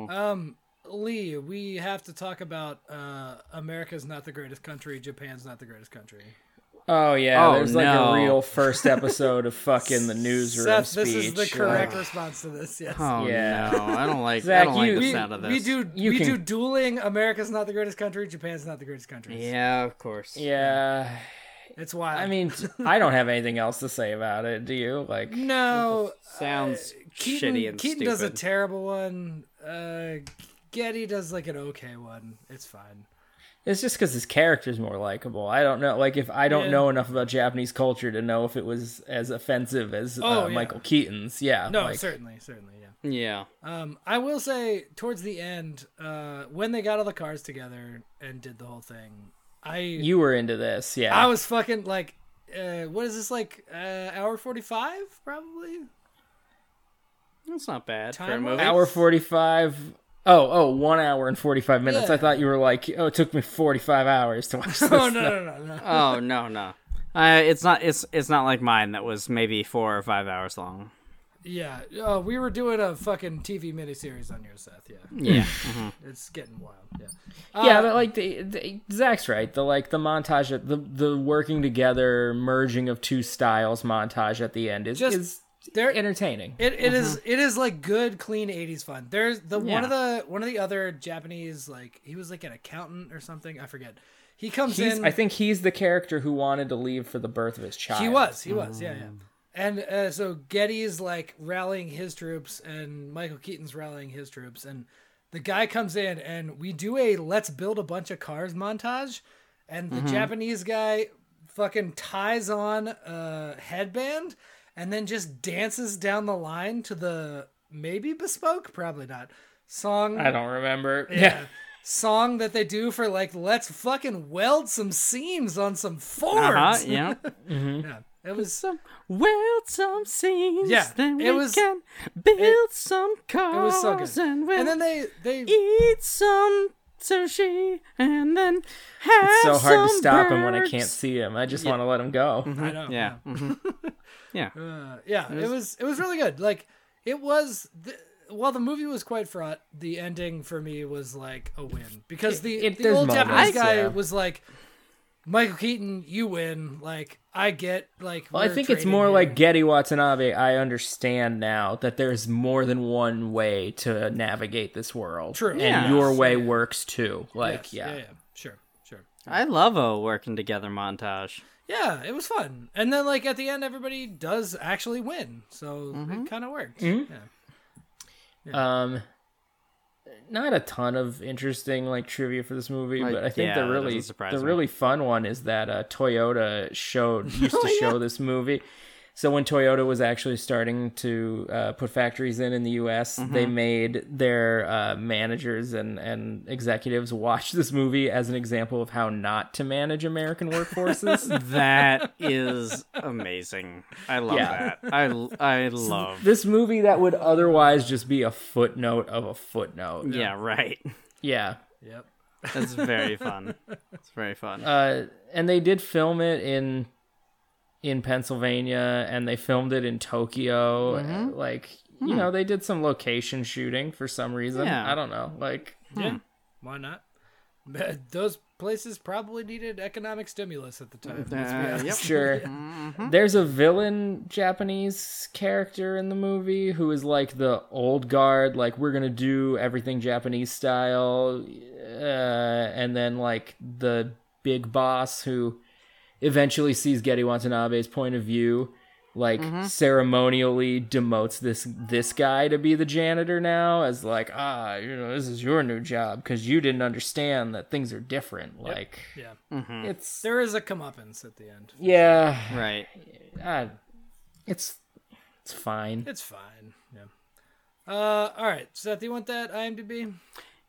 Speaker 2: Um Lee, we have to talk about uh America's not the greatest country, Japan's not the greatest country.
Speaker 1: Oh yeah,
Speaker 3: Oh,
Speaker 1: there's like
Speaker 3: no.
Speaker 1: a real first episode of fucking the newsroom
Speaker 2: Seth,
Speaker 1: speech.
Speaker 2: this is the
Speaker 1: Uh,
Speaker 2: correct response to this. Yes.
Speaker 3: Oh
Speaker 1: Yeah.
Speaker 3: no, I don't like I
Speaker 1: Zach,
Speaker 3: don't like
Speaker 1: you-
Speaker 3: the
Speaker 1: we-
Speaker 3: sound of this.
Speaker 2: We do
Speaker 1: You
Speaker 2: we
Speaker 1: can-
Speaker 2: do dueling America's not the greatest country, Japan's not the greatest country.
Speaker 3: Yeah, of course.
Speaker 1: Yeah,
Speaker 2: It's wild.
Speaker 1: I mean, t- I don't have anything else to say about it. Do you? Like,
Speaker 2: no,
Speaker 3: Sounds
Speaker 2: Keaton,
Speaker 3: shitty and
Speaker 2: Keaton
Speaker 3: stupid.
Speaker 2: does a terrible one. Uh, Getty does like an okay one. It's fine.
Speaker 1: it's just because his character's more likable. I don't know. Like, if I don't
Speaker 2: Yeah.
Speaker 1: know enough about Japanese culture to know if it was as offensive as
Speaker 2: Oh,
Speaker 1: uh,
Speaker 2: yeah.
Speaker 1: Michael Keaton's. Yeah.
Speaker 2: No,
Speaker 1: like,
Speaker 2: certainly, certainly, yeah.
Speaker 3: yeah.
Speaker 2: Um, I will say towards the end, uh, when they got all the cars together and did the whole thing, I
Speaker 1: You were into this, yeah.
Speaker 2: I was fucking like, uh, what is this like? Uh, hour forty five probably.
Speaker 3: That's not bad for a
Speaker 2: Time-wise?
Speaker 3: movie.
Speaker 1: hour forty-five. Oh, oh, one hour and forty-five minutes.
Speaker 2: Yeah.
Speaker 1: I thought you were like, oh, it took me forty-five hours to watch this.
Speaker 2: Oh no no no no.
Speaker 3: oh no no. Uh, it's not it's it's not like mine that was maybe four or five hours long.
Speaker 2: Yeah, uh, we were doing a fucking TV miniseries on yours, Seth. Yeah,
Speaker 3: Yeah.
Speaker 2: it's getting wild. Yeah. Uh,
Speaker 1: yeah, but like the, the Zach's right. The like the montage, at the the working together, merging of two styles montage at the end is
Speaker 2: Just-
Speaker 1: is
Speaker 2: There,
Speaker 1: entertaining.
Speaker 2: It it is it is like good clean eighties fun. There's the one of
Speaker 3: Yeah.
Speaker 2: the one of the other Japanese like he was like an accountant or something I forget. He comes
Speaker 1: He's,
Speaker 2: in.
Speaker 1: I think he's the character who wanted to leave for the birth of his child.
Speaker 2: he was he was yeah yeah. And uh, so Getty's like rallying his troops and Michael Keaton's rallying his troops and the guy comes in and we do a let's build a bunch of cars montage and the Japanese guy fucking ties on a headband and then just dances down the line to the maybe bespoke, probably not song.
Speaker 1: I don't remember. Yeah.
Speaker 2: yeah, song that they do for like let's fucking weld some seams on some Fords.
Speaker 3: Uh-huh, yeah.
Speaker 2: Yeah, it was
Speaker 3: some weld some seams.
Speaker 2: Yeah,
Speaker 3: then we
Speaker 2: it was-
Speaker 3: can build some cars.
Speaker 2: it was so good.
Speaker 3: And,
Speaker 2: And,
Speaker 3: we'll
Speaker 2: then they they
Speaker 1: E.
Speaker 3: eat some sushi and then have
Speaker 1: It's so hard to
Speaker 3: some
Speaker 1: stop him when I
Speaker 3: burgers.
Speaker 1: can't see him. I just want to let him go.
Speaker 2: I know.
Speaker 3: Yeah. mhm. yeah.
Speaker 2: Uh, yeah, it was it was really good. Like it was th- while the movie was quite fraught, the ending for me was like a win because the
Speaker 1: it-
Speaker 2: the
Speaker 1: there's
Speaker 2: old
Speaker 1: moments,
Speaker 2: Japanese guy
Speaker 1: yeah.
Speaker 2: was like Michael Keaton, you win. Like I get like
Speaker 1: Well, I
Speaker 2: we're
Speaker 1: think it's
Speaker 2: trading
Speaker 1: more
Speaker 2: here.
Speaker 1: like Getty Watanabe. I understand now that there's more than one way to navigate this world.
Speaker 2: True.
Speaker 1: And
Speaker 3: Yeah.
Speaker 1: your way works too. Like,
Speaker 2: Yes,
Speaker 1: yeah.
Speaker 2: yeah, sure, sure.
Speaker 3: I love a working together montage.
Speaker 2: Yeah, it was fun. And then like at the end, everybody does actually win, so
Speaker 1: Mm-hmm.
Speaker 2: it kind of worked. Yeah.
Speaker 1: Um, not a ton of interesting like trivia for this movie,
Speaker 3: Like,
Speaker 1: but I think
Speaker 3: yeah,
Speaker 1: the
Speaker 3: that
Speaker 1: really
Speaker 3: doesn't surprise
Speaker 1: the
Speaker 3: me.
Speaker 1: really fun one is that uh, Toyota showed used
Speaker 3: Oh,
Speaker 1: to show this movie. So when Toyota was actually starting to uh, put factories in in the U.S., they
Speaker 3: Mm-hmm.
Speaker 1: made their uh, managers and and executives watch this movie as an example of how not to manage American workforces.
Speaker 3: That is amazing. I love
Speaker 1: Yeah.
Speaker 3: that. I l- I love.
Speaker 1: this movie that would otherwise just be a footnote of a footnote.
Speaker 3: Yeah, right.
Speaker 1: Yeah.
Speaker 2: Yep.
Speaker 3: That's very fun. It's very fun.
Speaker 1: uh, and they did film it in in Pennsylvania, and they filmed it in Tokyo. and, Like you know, they did some location shooting for some reason.
Speaker 3: Yeah.
Speaker 1: I don't know. Like
Speaker 2: Yeah. Why not? Those places probably needed economic stimulus at the time.
Speaker 3: Uh, yep.
Speaker 1: sure, there's a villain Japanese character in the movie who is like the old guard. Like we're gonna do everything Japanese style, uh, and then like the big boss who eventually sees Getty Watanabe's point of view, like ceremonially demotes this this guy to be the janitor now as like ah you know this is your new job because you didn't understand that things are different. Like
Speaker 2: Yeah.
Speaker 1: it's
Speaker 2: There is a comeuppance at the end.
Speaker 1: yeah,
Speaker 3: Right.
Speaker 1: ah, it's it's fine.
Speaker 2: It's fine. Yeah. Uh, all right, Seth, you want that IMDb?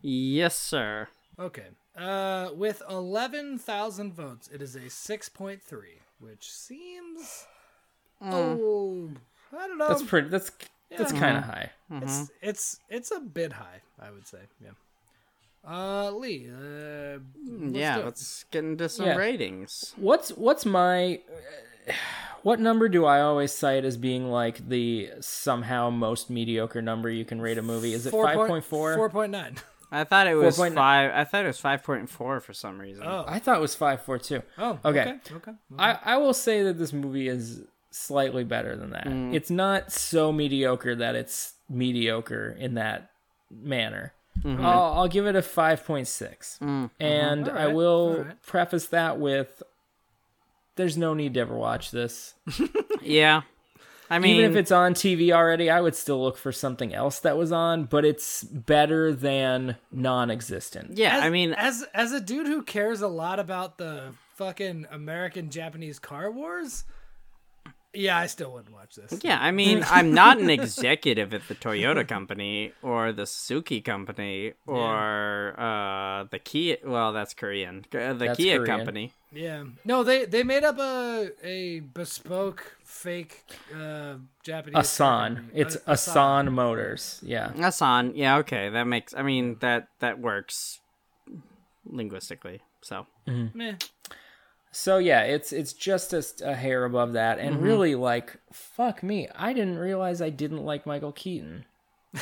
Speaker 3: Yes, sir.
Speaker 2: Okay. Uh, with eleven thousand votes, it is a six point three, which seems
Speaker 3: Hmm.
Speaker 2: oh, I don't know.
Speaker 1: That's pretty. That's that's kind of high.
Speaker 2: It's it's it's a bit high, I would say. Yeah. Uh, Lee. Uh, let's
Speaker 3: Hmm, yeah,
Speaker 2: do it.
Speaker 3: let's get into some
Speaker 1: Yeah.
Speaker 3: ratings.
Speaker 1: What's what's my what number do I always cite as being like the somehow most mediocre number you can rate a movie? Is it five point
Speaker 2: Four point nine.
Speaker 3: I thought it was
Speaker 1: 4.9.
Speaker 3: five. I thought it was five point four for some reason.
Speaker 2: Oh.
Speaker 1: I thought it was five four two.
Speaker 2: Oh.
Speaker 1: Okay.
Speaker 2: Okay. okay.
Speaker 1: I, I will say that this movie is slightly better than that.
Speaker 3: Mm.
Speaker 1: It's not so mediocre that it's mediocre in that manner.
Speaker 3: Mm-hmm.
Speaker 1: I'll, I'll give it a 5.6.
Speaker 3: Mm. Uh-huh.
Speaker 1: And I
Speaker 2: Alright,
Speaker 1: will
Speaker 2: alright.
Speaker 1: preface that with there's no need to ever watch this.
Speaker 3: Yeah, I mean,
Speaker 1: Even if it's on TV already, I would still look for something else that was on, but it's better than non existent.
Speaker 3: yeah,
Speaker 2: As-
Speaker 3: I mean,
Speaker 2: as as a dude who cares a lot about the fucking American Japanese car wars, yeah, I still wouldn't watch this.
Speaker 3: yeah, I mean, I'm not an executive at the Toyota company or the Suzuki company or uh, the Kia. Well, that's Korean. Uh, The
Speaker 1: That's
Speaker 3: Kia
Speaker 1: Korean.
Speaker 3: company.
Speaker 2: Yeah, no, they they made up a a bespoke fake uh, Japanese
Speaker 1: Asan.
Speaker 2: company. Uh,
Speaker 1: It's
Speaker 2: A-
Speaker 1: Asan Motors. Yeah.
Speaker 3: That's on. Yeah, okay, that makes. I mean, that that works linguistically. So
Speaker 2: Meh.
Speaker 1: So yeah, it's it's just a, s- a hair above that,
Speaker 3: Mm-hmm.
Speaker 1: and really like fuck me, I didn't realize I didn't like Michael Keaton.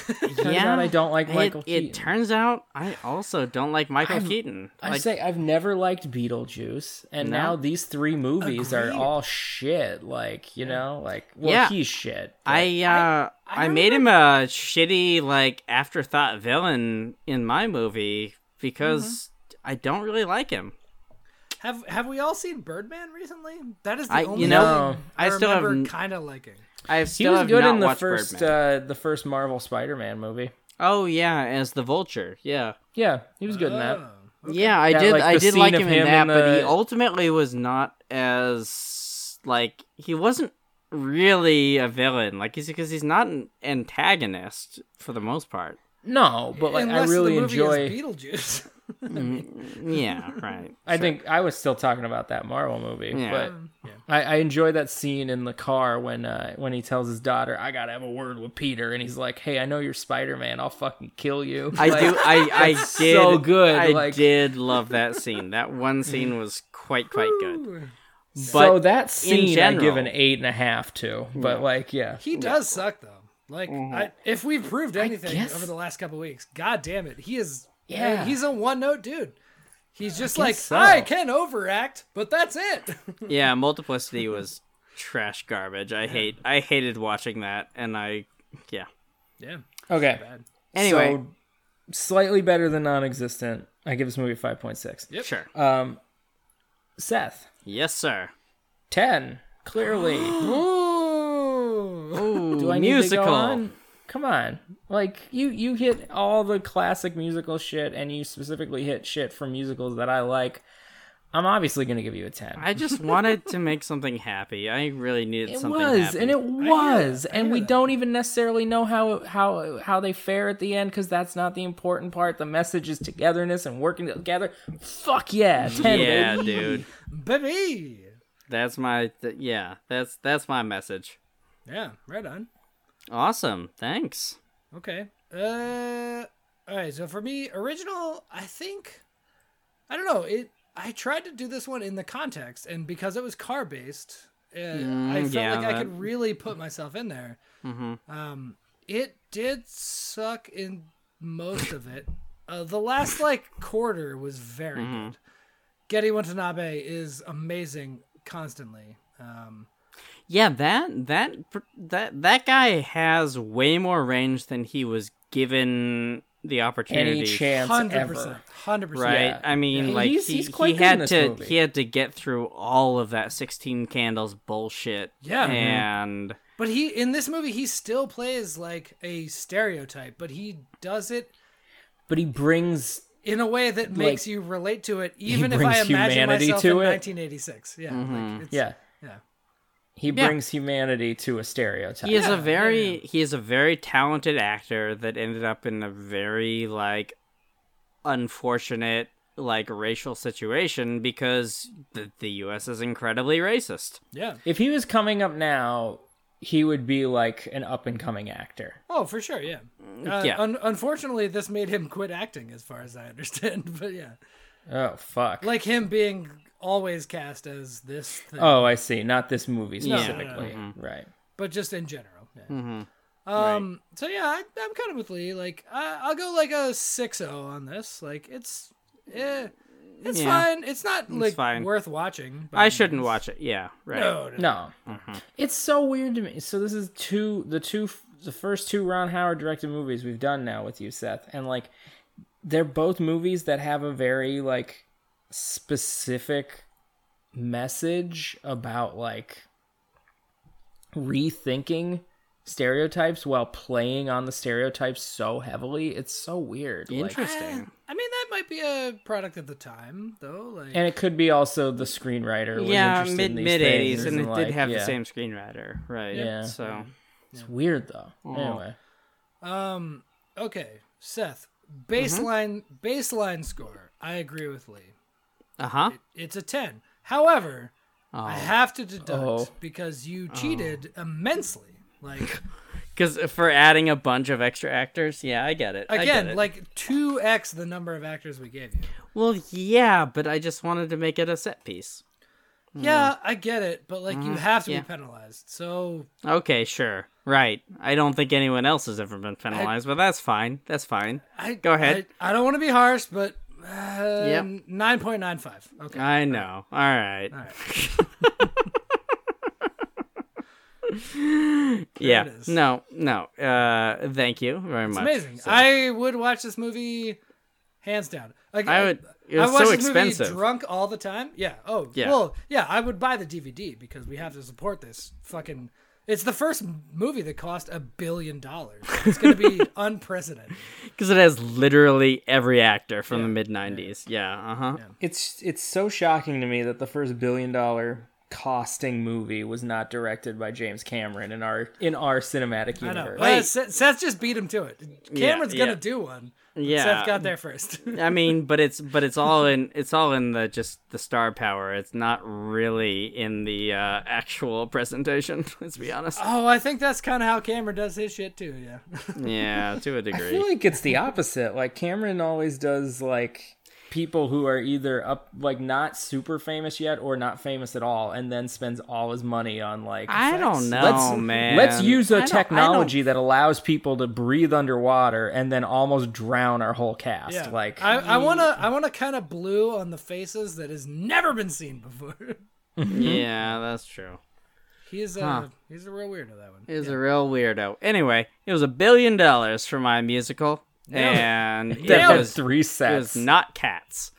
Speaker 1: Turns
Speaker 3: yeah,
Speaker 1: out I don't like
Speaker 3: it-
Speaker 1: Michael
Speaker 3: it,
Speaker 1: Keaton.
Speaker 3: turns out I also don't like Michael Keaton.
Speaker 1: I
Speaker 3: Like,
Speaker 1: say I've never liked Beetlejuice, and
Speaker 3: No?
Speaker 1: now these three movies are
Speaker 2: Agreed.
Speaker 1: all shit. Like you know, like well,
Speaker 3: Yeah.
Speaker 1: he's shit. but-
Speaker 3: I uh I,
Speaker 2: I
Speaker 3: made him a shitty like afterthought villain in my movie because I don't really like him.
Speaker 2: Have have we all seen Birdman recently? That is the
Speaker 3: I- you
Speaker 2: only
Speaker 3: know,
Speaker 2: thing
Speaker 3: I still have n-
Speaker 2: remember kind of liking.
Speaker 3: I
Speaker 1: he
Speaker 3: still
Speaker 1: was
Speaker 3: have
Speaker 1: good
Speaker 3: not
Speaker 1: in the
Speaker 3: watched
Speaker 1: first
Speaker 3: Birdman.
Speaker 1: uh, the first Marvel Spider-Man movie.
Speaker 3: oh yeah, as the Vulture. Yeah,
Speaker 1: Yeah, he was good in that.
Speaker 2: Oh,
Speaker 3: Yeah, I
Speaker 1: Yeah,
Speaker 3: did.
Speaker 1: like,
Speaker 3: I
Speaker 1: the
Speaker 3: did
Speaker 1: scene
Speaker 3: like
Speaker 1: of
Speaker 3: him in
Speaker 1: him
Speaker 3: that,
Speaker 1: in
Speaker 3: but he
Speaker 1: the-
Speaker 3: ultimately was not as like he wasn't really a villain. Like he's because he's not an antagonist for the most part.
Speaker 1: No, but like
Speaker 2: Unless
Speaker 1: I really
Speaker 2: the movie
Speaker 1: enjoy.
Speaker 2: is Beetlejuice.
Speaker 3: Yeah, right.
Speaker 1: I think I was still talking about that Marvel movie,
Speaker 3: Yeah.
Speaker 1: but I, I enjoy that scene in the car when uh, when he tells his daughter, "I gotta have a word with Peter," and he's like, "Hey, I know you're Spider Man. I'll fucking kill you."
Speaker 3: I do. I I did.
Speaker 1: so good,
Speaker 3: I
Speaker 1: like-
Speaker 3: did love that scene. That one scene was quite quite good.
Speaker 2: Ooh.
Speaker 3: But
Speaker 1: so that scene I give
Speaker 3: general-
Speaker 1: an eight and a half to, but like yeah, Mm-hmm.
Speaker 2: He does suck though. Like I, if we've proved anything
Speaker 1: guess-
Speaker 2: over the last couple weeks, god damn it, he is eh,
Speaker 1: Yeah.
Speaker 2: he's a one note dude. He's just like
Speaker 1: so.
Speaker 2: I can overact, but that's it.
Speaker 3: yeah, multiplicity was trash garbage. I hate. I hated watching that, and I yeah.
Speaker 2: yeah.
Speaker 1: okay.
Speaker 2: bad.
Speaker 3: Anyway,
Speaker 1: so, slightly better than non-existent. I give this movie five point six.
Speaker 2: Yep.
Speaker 3: sure.
Speaker 1: Um, Seth,
Speaker 3: yes, sir.
Speaker 1: ten clearly.
Speaker 2: Ooh.
Speaker 3: Ooh,
Speaker 1: Do I need to go
Speaker 3: musical.
Speaker 1: on? Come on, like you you hit all the classic musical shit, and you specifically hit shit from musicals that I like. I'm obviously gonna give you a ten.
Speaker 3: I just wanted to make something happy. I really needed
Speaker 1: it
Speaker 3: something
Speaker 1: was,
Speaker 3: happy.
Speaker 1: and it was, and we don't even necessarily know how how how they fare at the end because that's not the important part. The message is togetherness and working together. Fuck yeah, ten.
Speaker 3: yeah,
Speaker 1: baby.
Speaker 3: dude.
Speaker 2: Baby.
Speaker 3: That's my th- yeah. That's that's my message.
Speaker 2: Yeah, right on.
Speaker 3: Awesome. Thanks.
Speaker 2: Okay. Uh all right, so for me, original, I think I don't know, it I tried to do this one in the context and because it was car based, uh, I felt
Speaker 3: Mm, yeah,
Speaker 2: like I
Speaker 3: that- Mm-hmm.
Speaker 2: could really put myself in there. Um it did suck in most of it. Uh, the last like quarter was very
Speaker 3: Mm-hmm.
Speaker 2: good. Getty Watanabe is amazing constantly. Um
Speaker 3: Yeah, that that that that guy has way more range than he was given the opportunity.
Speaker 1: Any chance
Speaker 2: 100%.
Speaker 1: ever?
Speaker 2: 100%.
Speaker 3: Right.
Speaker 1: Yeah.
Speaker 3: I mean,
Speaker 1: Yeah.
Speaker 3: like
Speaker 1: He's-
Speaker 3: he,
Speaker 1: he's quite
Speaker 3: he
Speaker 1: good in
Speaker 3: had
Speaker 1: this
Speaker 3: to
Speaker 1: movie.
Speaker 3: he had to get through all of that sixteen candles bullshit.
Speaker 2: Yeah. Mhm.
Speaker 3: and
Speaker 2: But he in this movie he still plays like a stereotype, but he does it
Speaker 1: But he brings
Speaker 2: in a way that makes you relate to it, even if
Speaker 1: brings
Speaker 2: I imagine
Speaker 1: humanity
Speaker 2: myself
Speaker 1: to
Speaker 2: in
Speaker 1: it. Mm-hmm.
Speaker 2: 1986. Yeah, like it's,
Speaker 1: yeah.
Speaker 2: yeah.
Speaker 1: He brings humanity to a stereotype.
Speaker 3: he is a very he is a very talented actor that ended up in a very like unfortunate like racial situation because the, the U.S. is incredibly racist.
Speaker 2: yeah.
Speaker 1: If he was coming up now, he would be like an up and coming actor.
Speaker 2: Oh, for sure. Yeah.
Speaker 1: Mm,
Speaker 2: Uh,
Speaker 3: Yeah.
Speaker 2: Un- unfortunately, this made him quit acting, as far as I understand. But yeah,
Speaker 1: Oh fuck.
Speaker 2: like him being always cast as this, thing,
Speaker 1: oh, I see. Not this movie
Speaker 3: No, no, no,
Speaker 1: specifically, right?
Speaker 2: but just in general. Yeah.
Speaker 3: Mm-hmm.
Speaker 2: Um. So yeah, I, I'm kind of with Lee. Like, I, I'll go like a six zero on this. Like, it's, eh, it's
Speaker 3: Yeah.
Speaker 2: fine. It's not like
Speaker 3: fine.
Speaker 2: worth watching. but-
Speaker 3: I shouldn't watch it. Yeah, right.
Speaker 2: No, no,
Speaker 1: No,
Speaker 3: Mm-hmm.
Speaker 1: it's so weird to me. So this is two, the two, the first two Ron Howard directed movies we've done now with you, Seth, and like they're both movies that have a very like specific message about like rethinking stereotypes while playing on the stereotypes so heavily. It's so weird. Like,
Speaker 3: Interesting.
Speaker 2: Eh, I mean, that might be a product of the time, though. Like,
Speaker 1: and it could be also the screenwriter. Was
Speaker 3: yeah,
Speaker 1: interested
Speaker 3: mid
Speaker 1: in these
Speaker 3: mid
Speaker 1: things
Speaker 3: eighties, and it
Speaker 1: like,
Speaker 3: did have
Speaker 1: yeah.
Speaker 3: the same screenwriter, right?
Speaker 1: Yeah.
Speaker 3: So
Speaker 1: It's weird though.
Speaker 3: Mm.
Speaker 1: Anyway,
Speaker 2: um, okay, Seth,
Speaker 3: Mm-hmm.
Speaker 2: baseline baseline score. I agree with Lee.
Speaker 3: uh huh.
Speaker 2: It's a ten. However, I have to deduct
Speaker 1: Oh.
Speaker 2: because you cheated immensely. Like
Speaker 3: Because for adding a bunch of extra actors, yeah, I get it. I get
Speaker 2: again,
Speaker 3: it.
Speaker 2: like two x the number of actors we gave you.
Speaker 3: well, yeah, but I just wanted to make it a set piece.
Speaker 2: Yeah, I get it, but like you have to
Speaker 3: yeah.
Speaker 2: be penalized. So
Speaker 3: Okay, sure, right. I don't think anyone else has ever been penalized, but that's fine. That's fine.
Speaker 2: I
Speaker 3: Go ahead.
Speaker 2: I, I don't want to be harsh, but uh, nine point nine five. Okay.
Speaker 3: I know. All right. yeah.
Speaker 2: it is.
Speaker 3: No. No. Uh, thank you very much.
Speaker 2: amazing. I would watch this movie hands down. Like
Speaker 3: I would- it was
Speaker 2: I watch
Speaker 3: so
Speaker 2: this
Speaker 3: expensive.
Speaker 2: movie drunk all the time. Yeah. Oh.
Speaker 3: Yeah.
Speaker 2: Well, yeah, I would buy the DVD because we have to support this fucking It's the first movie that cost a billion dollars. It's going to be unprecedented.
Speaker 3: because it has literally every actor from the mid '90s. Yeah, uh huh.
Speaker 1: It's it's so shocking to me that the first billion dollar costing movie was not directed by James Cameron in our in our cinematic
Speaker 2: I know.
Speaker 1: universe.
Speaker 2: Uh, Seth, Seth just beat him to it. Cameron's
Speaker 3: yeah.
Speaker 2: going to do one. but
Speaker 3: Yeah.
Speaker 2: Seth got there first.
Speaker 3: I mean, but it's but it's all in it's all in the just the star power. It's not really in the uh, actual presentation. Let's be honest.
Speaker 2: oh, I think that's kind of how Cameron does his shit too. Yeah.
Speaker 3: Yeah, to a
Speaker 1: I
Speaker 3: degree.
Speaker 1: feel like it's the opposite. Like Cameron always does like people who are either up like not super famous yet or not famous at all and then spends all his money on like
Speaker 3: I don't know,
Speaker 1: let's,
Speaker 3: man.
Speaker 1: Let's use a
Speaker 3: I don't- I don't-
Speaker 1: technology that allows people to breathe underwater and then almost drown our whole cast.
Speaker 2: Yeah.
Speaker 1: Like
Speaker 2: I, I wanna I wanna kind of blue on the faces that has never been seen before.
Speaker 3: Yeah, that's true.
Speaker 2: he's uh
Speaker 3: Huh.
Speaker 2: he's a real weirdo that one.
Speaker 3: It was a real weirdo. Anyway, it was a billion dollars for my musical,
Speaker 2: Nailed it.
Speaker 3: and it,
Speaker 1: that
Speaker 3: was, it
Speaker 1: three sets.
Speaker 3: was not cats.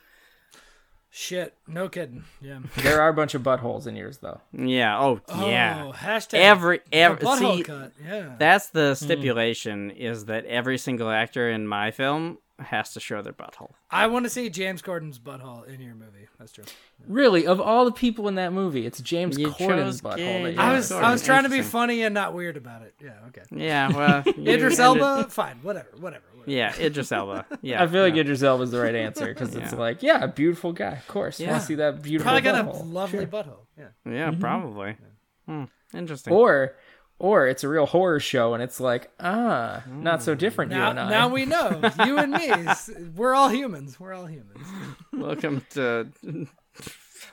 Speaker 2: Shit, no kidding. Yeah.
Speaker 1: there are a bunch of buttholes in yours though.
Speaker 3: Yeah. Oh,
Speaker 2: Oh,
Speaker 3: yeah.
Speaker 2: Hashtag
Speaker 3: Every every
Speaker 2: the butthole
Speaker 3: see,
Speaker 2: cut. Yeah.
Speaker 3: That's the
Speaker 1: Hmm.
Speaker 3: stipulation is that every single actor in my film has to show their butthole.
Speaker 2: I want to see James Corden's butthole in your movie. That's true.
Speaker 1: Really, of all the people in that movie, it's James
Speaker 3: You
Speaker 1: Corden's
Speaker 3: chose
Speaker 1: butthole.
Speaker 3: gay.
Speaker 1: that you
Speaker 2: I
Speaker 3: Yeah,
Speaker 2: was
Speaker 1: like.
Speaker 3: sorta.
Speaker 2: I was trying to be
Speaker 3: Interesting.
Speaker 2: funny and not weird about it. Yeah. Okay.
Speaker 3: Yeah, well, you
Speaker 2: Idris
Speaker 3: ended-
Speaker 2: Elba, fine, whatever, whatever. whatever.
Speaker 3: Yeah, Idris Elba. Yeah,
Speaker 1: I feel like
Speaker 3: yeah.
Speaker 1: Idris Elba's the right answer because it's
Speaker 3: Yeah.
Speaker 1: like, yeah, beautiful guy, of course.
Speaker 3: Yeah.
Speaker 1: Want to see that beautiful
Speaker 2: Probably got a
Speaker 1: butthole.
Speaker 2: lovely butthole. Yeah.
Speaker 3: yeah, probably. Hmm, interesting.
Speaker 1: Mm-hmm. Or, or it's a real horror show and it's like, ah, not so different. you
Speaker 2: Now,
Speaker 1: and I.
Speaker 2: now we know you and me. s- We're all humans. We're all humans.
Speaker 3: Welcome to.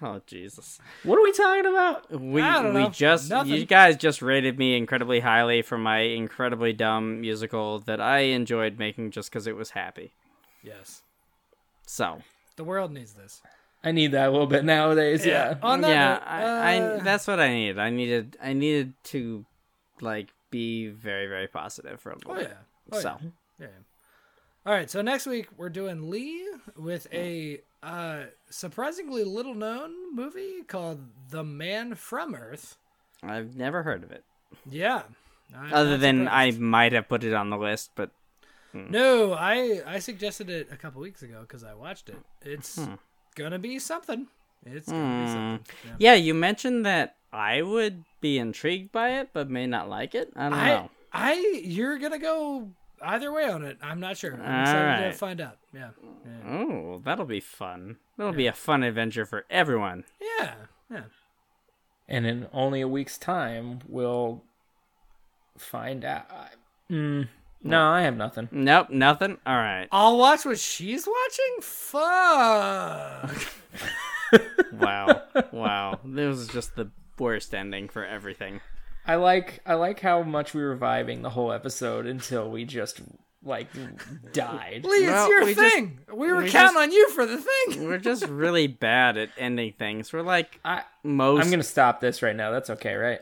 Speaker 3: Oh Jesus!
Speaker 1: What are we talking about?
Speaker 3: We
Speaker 2: I don't
Speaker 3: we
Speaker 2: know.
Speaker 3: just
Speaker 2: Nothing.
Speaker 3: you guys just rated me incredibly highly for my incredibly dumb musical that I enjoyed making just because it was happy.
Speaker 2: Yes.
Speaker 3: So
Speaker 2: The world needs this.
Speaker 1: I need that a little bit nowadays. Yeah.
Speaker 2: On that
Speaker 3: yeah,
Speaker 2: note,
Speaker 3: I,
Speaker 2: uh,
Speaker 3: I that's what I needed. I needed I needed to like be very very positive for a little
Speaker 2: Oh yeah.
Speaker 3: bit.
Speaker 2: Oh,
Speaker 3: so
Speaker 2: yeah. Yeah. All right. So next week we're doing Lee with a uh, surprisingly little known movie called The Man from Earth.
Speaker 3: I've never heard of it.
Speaker 2: Yeah. I'm
Speaker 3: Other
Speaker 2: not
Speaker 3: than I
Speaker 2: surprised.
Speaker 3: might have put it on the list, but
Speaker 2: no, I I suggested it a couple weeks ago because I watched it. It's
Speaker 3: Hmm.
Speaker 2: gonna be something. It's gonna be something. Yeah.
Speaker 3: yeah, you mentioned that I would be intrigued by it, but may not like it. I don't
Speaker 2: I
Speaker 3: know.
Speaker 2: I you're gonna go either way on it. I'm not sure. I'm
Speaker 3: All
Speaker 2: excited to
Speaker 3: right.
Speaker 2: find out. Yeah. Yeah.
Speaker 3: Oh, that'll be fun. That'll be a fun adventure for everyone.
Speaker 2: Yeah. yeah.
Speaker 1: And in only a week's time, we'll find out. Mm, no, I have nothing.
Speaker 3: Nope, nothing. All right.
Speaker 2: I'll watch what she's watching? Fuck.
Speaker 3: Wow. wow. This was just the worst ending for everything.
Speaker 1: I like I like how much we were vibing the whole episode until we just like died.
Speaker 2: Lee,
Speaker 3: Well,
Speaker 2: it's your
Speaker 3: we just-
Speaker 2: thing. we were
Speaker 3: we
Speaker 2: counting
Speaker 3: just-
Speaker 2: on you for the thing.
Speaker 3: We're just really bad at ending things. We're like
Speaker 1: I
Speaker 3: most
Speaker 1: I'm gonna stop this right now. That's okay, right?